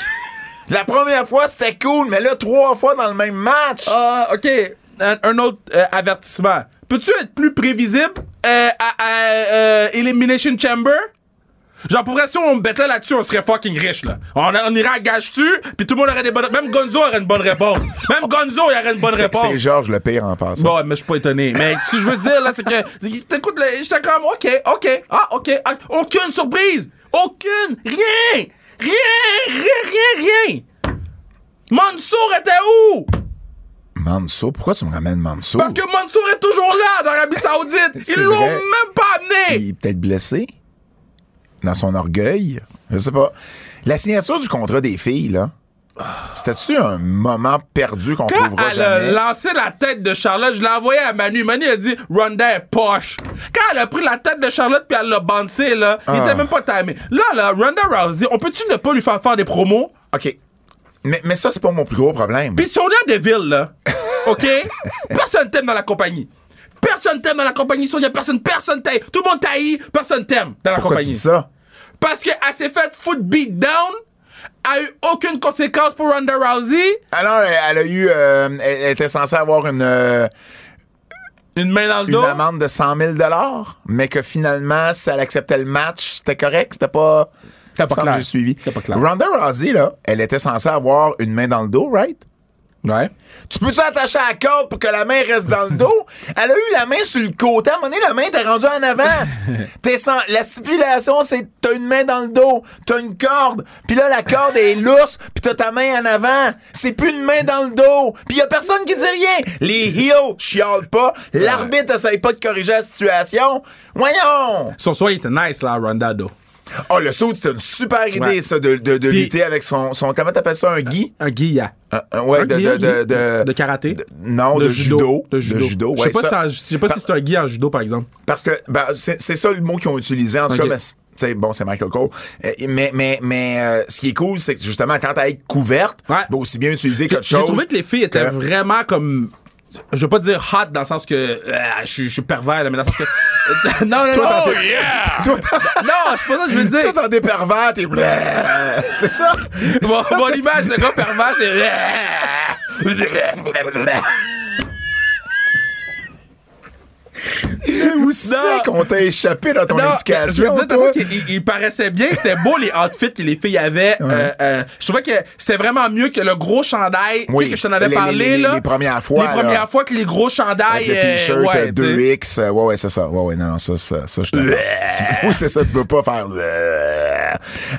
S2: La première fois, c'était cool, mais là, trois fois dans le même match.
S3: Ah, OK. Un, un autre euh, avertissement. Peux-tu être plus prévisible euh, à, à, euh, Elimination Chamber? Genre, pour vrai, si on bêtait là-dessus, on serait fucking riche, là. On, on irait à gage-tu, puis tout le monde aurait des bonnes... Même Gonzo aurait une bonne réponse. Même Gonzo, il aurait une bonne
S2: C'est-
S3: réponse.
S2: c'est Georges le pire en passant.
S3: Bon, ouais, mais je suis pas étonné. Mais ce que je veux dire, là, c'est que. T'écoutes, là, j'étais comme, OK, OK, ah, OK, ah, aucune surprise! Aucune! Rien! Rien! Rien, rien, rien! Mansour était où?
S2: Mansour, pourquoi tu me ramènes Mansour?
S3: Parce que Mansour est toujours là, d'Arabie Saoudite!
S2: C'est
S3: Ils l'ont
S2: vrai.
S3: même pas amené!
S2: Il est peut-être blessé dans son orgueil. Je sais pas. La signature du contrat des filles, là, c'était-tu un moment perdu qu'on
S3: Quand
S2: trouvera
S3: elle a
S2: jamais?
S3: lancé la tête de Charlotte, je l'ai envoyé à Manu. Manu a dit Ronda est poche. Quand elle a pris la tête de Charlotte puis elle l'a bouncé, là, il
S2: Ah.
S3: était même pas timé. Là, là, Ronda Rousey, on peut-tu ne pas lui faire faire des promos?
S2: OK. Mais, mais ça, c'est pas mon plus gros problème.
S3: Puis si on est à Deville, là, OK? Personne t'aime dans la compagnie. Personne t'aime dans la compagnie. Sonia, personne, personne t'aime. Tout le monde t'haït, personne t'aime dans la
S2: Pourquoi tu
S3: compagnie.
S2: dis ça?
S3: Parce qu'elle s'est faite foot beat down, a eu aucune conséquence pour Ronda Rousey.
S2: Alors, elle, elle a eu. euh, elle, elle était censée avoir une, euh,
S3: Une main dans le
S2: une
S3: dos.
S2: amende de 100 000 mais que finalement, si elle acceptait le match, c'était correct, c'était pas. Il
S3: C'était pas
S2: me semble que
S3: clair.
S2: J'ai suivi.
S3: C'était pas clair.
S2: Ronda Rousey, là, elle était censée avoir une main dans le dos, right?
S3: Ouais.
S2: Tu peux-tu attacher à la corde pour que la main reste dans le dos? Elle a eu la main sur le côté. À un moment donné, la main t'es rendue en avant. T'es sans... La stipulation, c'est t'as une main dans le dos, t'as une corde, puis là, la corde est lousse, puis t'as ta main en avant. C'est plus une main dans le dos. Puis y a personne qui dit rien. Les heels chialent pas. L'arbitre essaye pas de corriger la situation. Voyons!
S3: Son soir, il était nice, là, à Rondado.
S2: Oh, le saut, c'est une super idée,
S3: Ouais.
S2: ça, de, de, de
S3: Puis-
S2: lutter avec son, son... Comment t'appelles ça? Un gui?
S3: Un guilla.
S2: Un- un- Euh, ouais,
S3: Un
S2: de,
S3: gui,
S2: de,
S3: un
S2: de,
S3: gui.
S2: de,
S3: De karaté.
S2: de- non, de judo.
S3: De judo.
S2: De judo, ouais,
S3: je sais pas,
S2: ça-
S3: si, en- je sais pas si c'est un gui en judo, par exemple.
S2: Parce que ben, c'est c'est ça le mot qu'ils ont utilisé, en tout
S3: Ok.
S2: cas, mais c'est- tu sais, bon, c'est Michael Cole. Euh, mais mais, mais euh, ce qui est cool, c'est que justement, quand elle est couverte,
S3: Ouais.
S2: ben, aussi bien utiliser qu'autre chose.
S3: J'ai trouvé que les filles étaient
S2: que-
S3: vraiment comme. Je veux pas dire hot dans le sens que euh, je, suis- je suis pervers, là, mais dans le sens que. non, non, non.
S2: Toi, t'en
S3: non,
S2: t'es- Toi,
S3: c'est pas ça que Oh, je veux
S2: Toi,
S3: dire.
S2: t'en es pervers, t'es. C'est ça?
S3: Mon,
S2: Ça,
S3: mon
S2: c'est-
S3: image de gars pervers, c'est.
S2: Où c'est qu'on t'a échappé dans ton
S3: Non,
S2: éducation?
S3: Je veux dire, t'as
S2: toi?
S3: vu qu'il- il, il paraissait bien, c'était beau les outfits que les filles avaient. Euh, euh, je trouvais que c'était vraiment mieux que le gros chandail,
S2: Oui.
S3: tu sais, que je t'en avais
S2: Les- les-
S3: parlé.
S2: les-
S3: là.
S2: les premières fois,
S3: Les
S2: là.
S3: premières fois que les gros chandails.
S2: Avec le
S3: euh,
S2: t-shirt
S3: ouais,
S2: euh,
S3: tu sais.
S2: 2X. euh, ouais, ouais, c'est ça. Ouais, ouais, non, non, ça, ça, ça je suis d'accord. Tu- Oui, c'est ça, tu peux pas faire.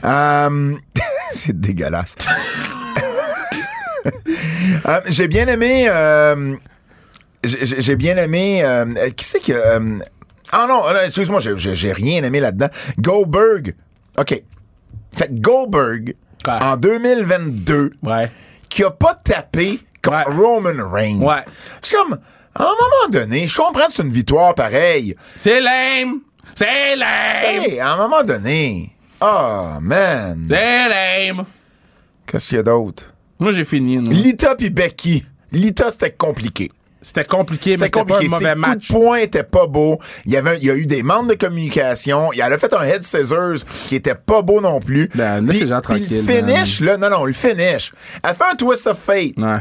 S2: Hum, c'est dégueulasse. Hum, j'ai bien aimé. euh, j'ai- j'ai j'ai bien aimé. euh, qui c'est que. euh, ah non, euh, excuse-moi, j'ai- j'ai j'ai rien aimé là-dedans. Goldberg. OK. Fait que Goldberg,
S3: Ouais.
S2: en 2022,
S3: Ouais.
S2: qui a pas tapé contre
S3: Ouais.
S2: Roman Reigns.
S3: Ouais.
S2: C'est comme, à un moment donné, je comprends que c'est une victoire pareille.
S3: C'est lame! C'est lame!
S2: Hey, à un moment donné, oh man,
S3: C'est lame!
S2: qu'est-ce qu'il y a d'autre?
S3: Moi, j'ai fini. non.
S2: Lita puis Becky. Lita, c'était compliqué.
S3: C'était compliqué, mais
S2: C'était
S3: c'était pas un
S2: compliqué. Ses
S3: mauvais
S2: coups
S3: match.
S2: de poing étaient pas beaux. Il y, avait, il y a eu des manques de communication. Il a fait un head scissors qui était pas beau non plus.
S3: Ben, laisse
S2: Puis-
S3: les gens
S2: puis le
S3: tranquilles,
S2: finish, là, non, non, le finish. Elle fait un twist of fate.
S3: Ouais.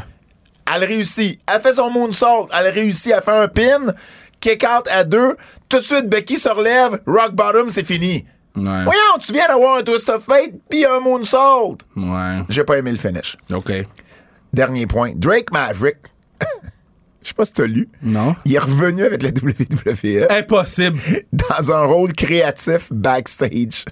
S2: Elle réussit. Elle fait son moonsault. Elle réussit. Elle fait un pin. Kick out à deux. Tout de suite, Becky se relève. Rock bottom, c'est fini.
S3: Ouais.
S2: Voyons, tu viens d'avoir un twist of fate puis un moonsault.
S3: Ouais.
S2: J'ai pas aimé le finish.
S3: OK.
S2: Dernier point. Drake Maverick. Je sais pas si t'as lu.
S3: Non.
S2: Il est revenu avec la E. WWE
S3: Impossible.
S2: dans un rôle créatif backstage.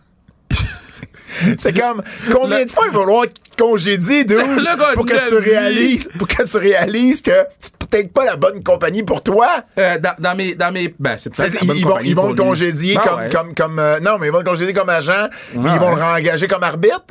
S2: C'est comme combien
S3: Le-
S2: de fois ils vont vouloir te congédier dude,
S3: Le gars
S2: pour
S3: de
S2: que tu
S3: vie.
S2: réalises pour que tu réalises que c'est peut-être pas la bonne compagnie pour toi.
S3: Euh, dans, dans mes. Dans mes ben,
S2: Ils,
S3: c'est peut-être la bonne
S2: ils vont,
S3: compagnie
S2: ils vont
S3: pour
S2: le
S3: lui.
S2: congédier
S3: Ben
S2: comme,
S3: ouais. Ah
S2: comme comme euh, non mais ils vont le congédier comme agent, puis ils vont
S3: ouais.
S2: le réengager comme arbitre.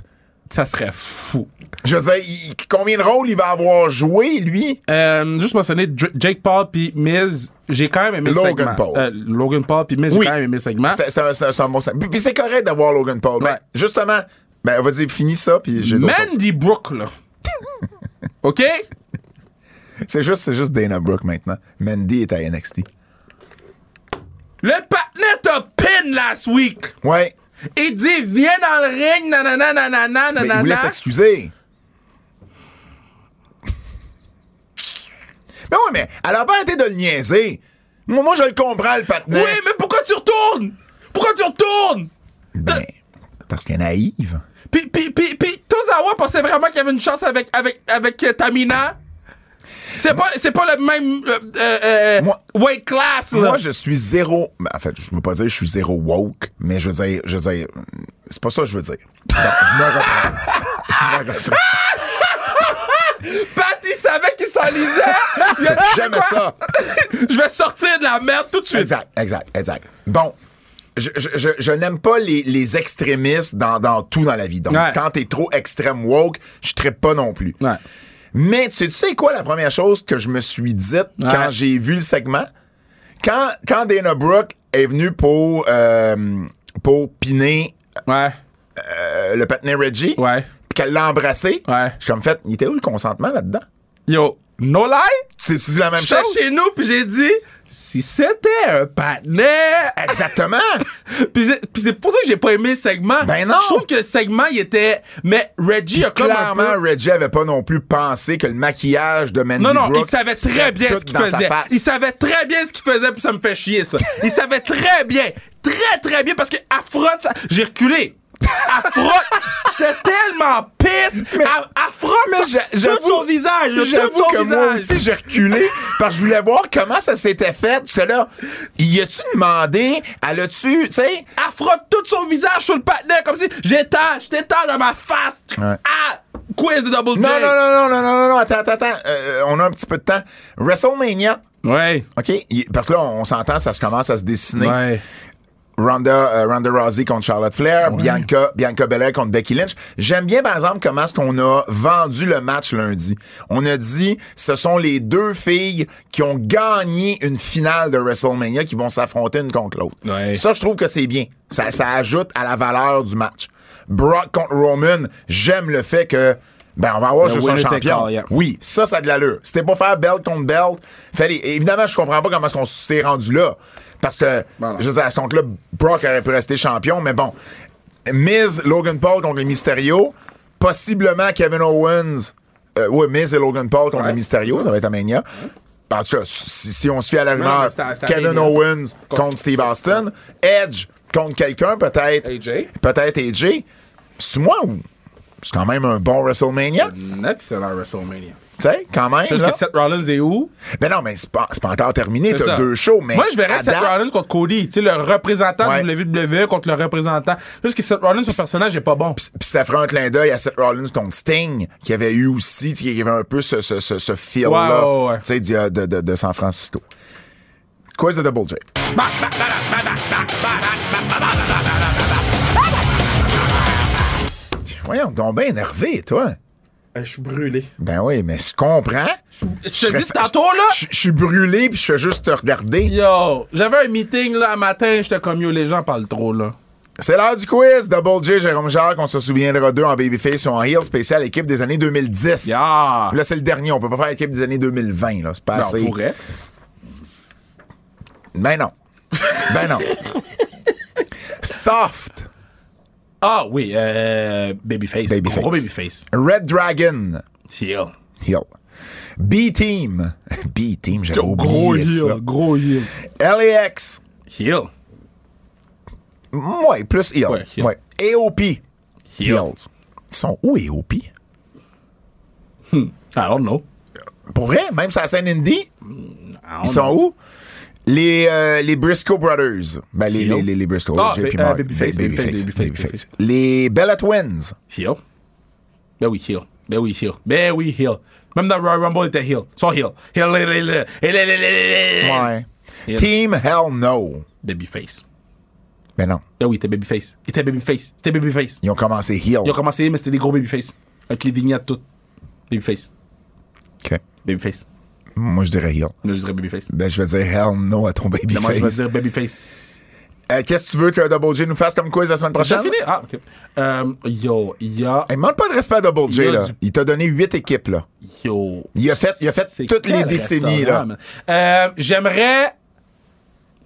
S3: Ça serait fou.
S2: Je veux dire, il- combien de rôles il va avoir joué lui
S3: Euh, juste mentionner Dr- Jake Paul puis Miz, j'ai quand même aimé le
S2: Logan
S3: segment.
S2: Paul.
S3: Euh, Logan Paul puis Miz,
S2: Oui.
S3: j'ai quand même aimé le segment.
S2: C'est c'est un, c'est un- c'est un bon sens. Puis, puis c'est correct d'avoir Logan Paul. Ben,
S3: Ouais.
S2: justement, ben vas-y, finis ça puis j'ai d'autres choses.
S3: Mandy Brooke, là. OK?
S2: C'est juste c'est juste Dana Brooke maintenant. Mandy est à NXT.
S3: Le partner t'a pin last week.
S2: Ouais.
S3: Il dit, viens dans le ring, nanana,
S2: Mais
S3: nanana,
S2: il
S3: nanana.
S2: voulait s'excuser. Mais oui, mais elle a pas arrêté de le niaiser. Moi, moi, je le comprends, le
S3: Oui,
S2: patinet.
S3: mais pourquoi tu retournes? Pourquoi tu retournes?
S2: Ben, parce qu'elle est naïve.
S3: Puis, puis, puis, puis, Tozawa pensait vraiment qu'il y avait une chance avec, avec, avec euh, Tamina. C'est pas, c'est pas le même euh, euh, euh,
S2: Moi-
S3: weight class, là.
S2: Moi, je suis zéro. ben, en fait, je veux pas dire que je suis zéro woke, mais je veux dire, je veux dire, c'est pas ça que je veux dire. Bon, je me reprends. Je me reprends.
S3: Pat, il savait qu'il s'enlisait. Il a dit,
S2: J'aime
S3: quoi?
S2: ça.
S3: Je vais sortir de la merde tout de suite.
S2: Exact, exact, exact. Bon. Je, je, je, je n'aime pas les, les extrémistes dans, dans tout dans la vie. Donc,
S3: Ouais.
S2: quand t'es trop extrême woke, je trippe pas non plus.
S3: Ouais.
S2: Mais tu sais, tu sais quoi la première chose que je me suis dite
S3: Ouais.
S2: quand j'ai vu le segment? Quand, quand Dana Brooke est venue pour, euh, pour piner
S3: Ouais.
S2: euh, le patinet Reggie,
S3: Ouais.
S2: puis qu'elle l'a embrassé,
S3: Ouais.
S2: je suis comme fait, il était où le consentement là-dedans?
S3: Yo, no lie,
S2: Tu tu dis la même
S3: j'étais
S2: chose?
S3: chez nous puis j'ai dit si c'était un partenaire.
S2: Exactement!
S3: puis j'ai- puis c'est pour ça que j'ai pas aimé le segment.
S2: Ben non.
S3: Je trouve que le segment il était mais Reggie a comme un
S2: Clairement,
S3: peu...
S2: Reggie avait pas non plus pensé que le maquillage de Mandy
S3: Non non,
S2: Brooke
S3: il savait
S2: serait
S3: très bien
S2: tout
S3: ce qu'il
S2: dans sa
S3: faisait.
S2: face.
S3: Il savait très bien ce qu'il faisait puis ça me fait chier ça. il savait très bien, très très bien parce que à frotte ça- j'ai reculé. Elle frotte. J'étais tellement pisse. Elle, elle frotte
S2: Mais
S3: sur-
S2: j'a- j'avoue-
S3: tout son visage. là,
S2: J'avoue
S3: tout son
S2: que moi
S3: visage.
S2: aussi, j'ai reculé parce que je voulais voir comment ça s'était fait. J'étais là, y a-tu demandé? Elle a-tu, tu sais?
S3: Elle frotte tout son visage sur le patinet comme si j'étends, je t'étends dans ma face.
S2: Ouais.
S3: Ah! Quiz de Double
S2: Non,
S3: J.
S2: non, non, non, non, non, non, non, attends, attends, attends. Euh, on a un petit peu de temps. WrestleMania,
S3: Ouais.
S2: OK? Il- Parce que là, on, on s'entend, ça se commence à se dessiner.
S3: Ouais.
S2: Ronda, euh, Ronda Rousey contre Charlotte Flair, Bianca, Bianca Belair contre Becky Lynch. J'aime bien, par exemple, comment est-ce qu'on a vendu le match lundi. On a dit, ce sont les deux filles qui ont gagné une finale de WrestleMania qui vont s'affronter une contre l'autre.
S3: Ouais.
S2: Ça, je trouve que c'est bien. Ça, ça ajoute à la valeur du match. Brock contre Roman, j'aime le fait que, ben, on va avoir
S3: Le
S2: juste un
S3: winner take
S2: champion.
S3: all, yeah.
S2: Oui, ça, ça a de l'allure. C'était pas faire belt contre belt. Fait, les- évidemment, je comprends pas comment on s'est rendu là. Parce que,
S3: Voilà.
S2: je veux dire, à ce compte-là, Brock aurait pu rester champion, mais bon. Miz, Logan Paul contre les Mysterio. Possiblement Kevin Owens. Euh, oui, Miz et Logan Paul contre
S3: Ouais,
S2: les Mysterio. Ça va être à Mania. En tout cas, si, si on se fie à la rumeur,
S3: mais c'est à- c'est à
S2: Kevin
S3: Mania.
S2: Owens contre Steve Austin. Edge contre quelqu'un, peut-être.
S3: AJ.
S2: Peut-être AJ. C'est-tu moi ou. C'est quand même un bon WrestleMania.
S3: Un excellent WrestleMania.
S2: Tu sais, quand même.
S3: Juste
S2: là.
S3: que Seth Rollins est où?
S2: Mais non, mais c'est pas, c'est pas encore terminé.
S3: C'est ça.
S2: T'as deux shows, mais.
S3: Moi, je verrais
S2: à
S3: Seth
S2: date-
S3: Rollins contre Cody. Tu sais, le représentant
S2: Ouais.
S3: de WWE contre le représentant. Juste que Seth Rollins, son personnage est pas bon.
S2: Puis ça fera un clin d'œil à Seth Rollins contre Sting, qui avait eu aussi, tu sais, qui avait un peu ce, ce, ce, ce feel-là,
S3: Ouais, ouais, ouais.
S2: tu sais, du- euh, de, de, de San Francisco. Quiz de Double J. Voyons, donc bien énervé, toi.
S3: Je suis brûlé.
S2: Ben oui, mais je comprends.
S3: Je te
S2: serais
S3: dis
S2: fa-
S3: tantôt, là.
S2: Je je suis brûlé, puis je fais juste te regarder.
S3: Yo, j'avais un meeting là un matin, j'étais comme yo, les gens parlent trop là.
S2: C'est l'heure du quiz. Double J, Jérôme Jacques, on se souviendra d'eux en Babyface ou en Heel, spécial équipe des années 2010.
S3: Yeah.
S2: Là, c'est le dernier. On peut pas faire équipe des années 2020. Là. C'est pas
S3: Non,
S2: assez.
S3: pourrait.
S2: Ben non. Ben non. Soft,
S3: Ah oui, euh, Babyface.
S2: Babyface.
S3: Gros Babyface.
S2: Red Dragon,
S3: Heel.
S2: Heel. B-Team. B-Team, j'avais oublié
S3: Gros
S2: ça.
S3: heel. Gros heel.
S2: LAX.
S3: Heel.
S2: Ouais, plus Heel.
S3: Ouais, heel.
S2: Ouais. AOP.
S3: Heel.
S2: Heels. Ils sont où, AOP?
S3: I don't know.
S2: Pour vrai, même sur la scène indie?
S3: I don't
S2: Ils sont
S3: know.
S2: où? Les, euh, les Briscoe Brothers. Ben, les, les, les, les Briscoe.
S3: Ah,
S2: JP
S3: ba- euh,
S2: Mark,
S3: Babyface,
S2: Ba-
S3: Babyface, Babyface, Babyface.
S2: Ben, Les Bella Twins.
S3: Heel. Ben oui, heel. Ben oui, heel. Ben oui, heel. Même dans Royal Rumble, il était heel. Ils sont heel. Heel, heel, heel, heel, heel, heel, heel, heel, heel.
S2: Ouais.
S3: Heel.
S2: Team Hell No.
S3: Babyface.
S2: Ben non.
S3: Ben oui, il était Babyface. Il était Babyface. C'était Babyface.
S2: Ils ont commencé Heel.
S3: Ils ont commencé, mais c'était des gros Babyface. Avec les vignettes toutes. Babyface.
S2: OK.
S3: Babyface.
S2: Moi, je dirais Heel.
S3: Moi, je dirais Babyface.
S2: Ben, je vais dire hell no à ton
S3: Non, Ben, moi, je vais
S2: babyface.
S3: dire Babyface.
S2: Euh, Qu'est-ce que tu veux que Double J nous fasse comme quiz la semaine
S3: C'est
S2: prochaine?
S3: fini? Ah, OK. Euh, yo, il y a...
S2: Hey, manque pas de respect à Double J,
S3: Il y a
S2: là.
S3: du-
S2: Il t'a donné huit équipes, là.
S3: Yo.
S2: Il a fait- il a fait
S3: c'est
S2: toutes les
S3: quel
S2: décennies,
S3: restaurant,
S2: là.
S3: man? Euh, J'aimerais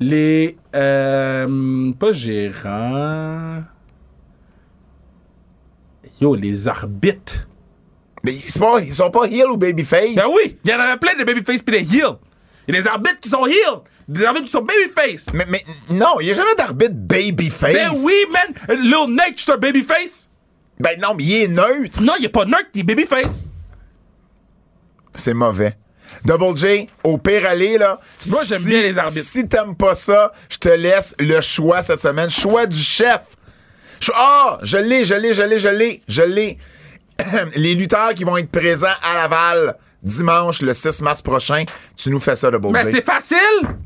S3: les. euh, pas gérants. Yo, les arbitres.
S2: Mais ils sont pas, ils sont pas heel ou babyface.
S3: Ben oui, il y en avait plein de babyface pis des heels. Il y a des arbitres qui sont heels. Des arbitres qui sont babyface.
S2: Mais, mais non, il n'y a jamais d'arbitre babyface.
S3: Ben oui, man. Euh, Lil Nate, c'est un babyface.
S2: Ben non, mais il est neutre.
S3: Non, il est pas neutre, il est babyface.
S2: C'est mauvais. Double J, au pire aller, là.
S3: Moi, j'aime
S2: si-
S3: bien les arbitres.
S2: Si t'aimes pas ça, je te laisse le choix cette semaine. Choix du chef. Cho- Ah, je l'ai, je l'ai, je l'ai, je l'ai, je l'ai. les lutteurs qui vont être présents à Laval dimanche, le 6 mars prochain, tu nous fais ça, Double
S3: Mais
S2: J.
S3: Ben, c'est facile.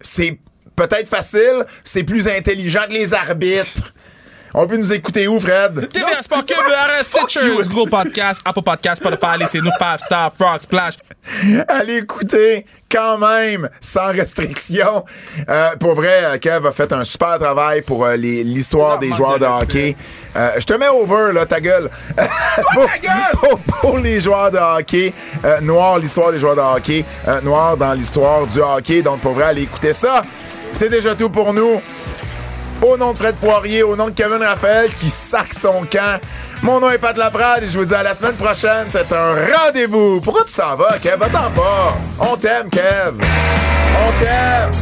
S2: c'est peut-être facile, c'est plus intelligent que les arbitres. On peut nous écouter où, Fred?
S3: TVA Sport Cube, RS
S2: Fuck you.
S3: Stitchers, Gros Podcast, Apple Podcast, Spotify, laissez-nous 5 Star, Frog Splash.
S2: Allez écouter quand même, sans restriction. Euh, pour vrai, euh, Kev a fait un super travail pour euh, les- l'histoire
S3: Super
S2: des
S3: manque
S2: joueurs de,
S3: de
S2: hockey.
S3: respect.
S2: Euh, je te mets over, là, ta gueule. pour,
S3: gueule!
S2: pour- pour les joueurs de hockey, euh, noir, l'histoire des joueurs de hockey, euh, noir dans l'histoire du hockey. Donc, pour vrai, allez écouter ça. C'est déjà tout pour nous. Au nom de Fred Poirier, au nom de Kevin Raphaël qui sac son camp. Mon nom est Pat Laprade et je vous dis à la semaine prochaine. C'est un rendez-vous. Pourquoi tu t'en vas, Kev? Va-t'en pas. On t'aime, Kev. On t'aime.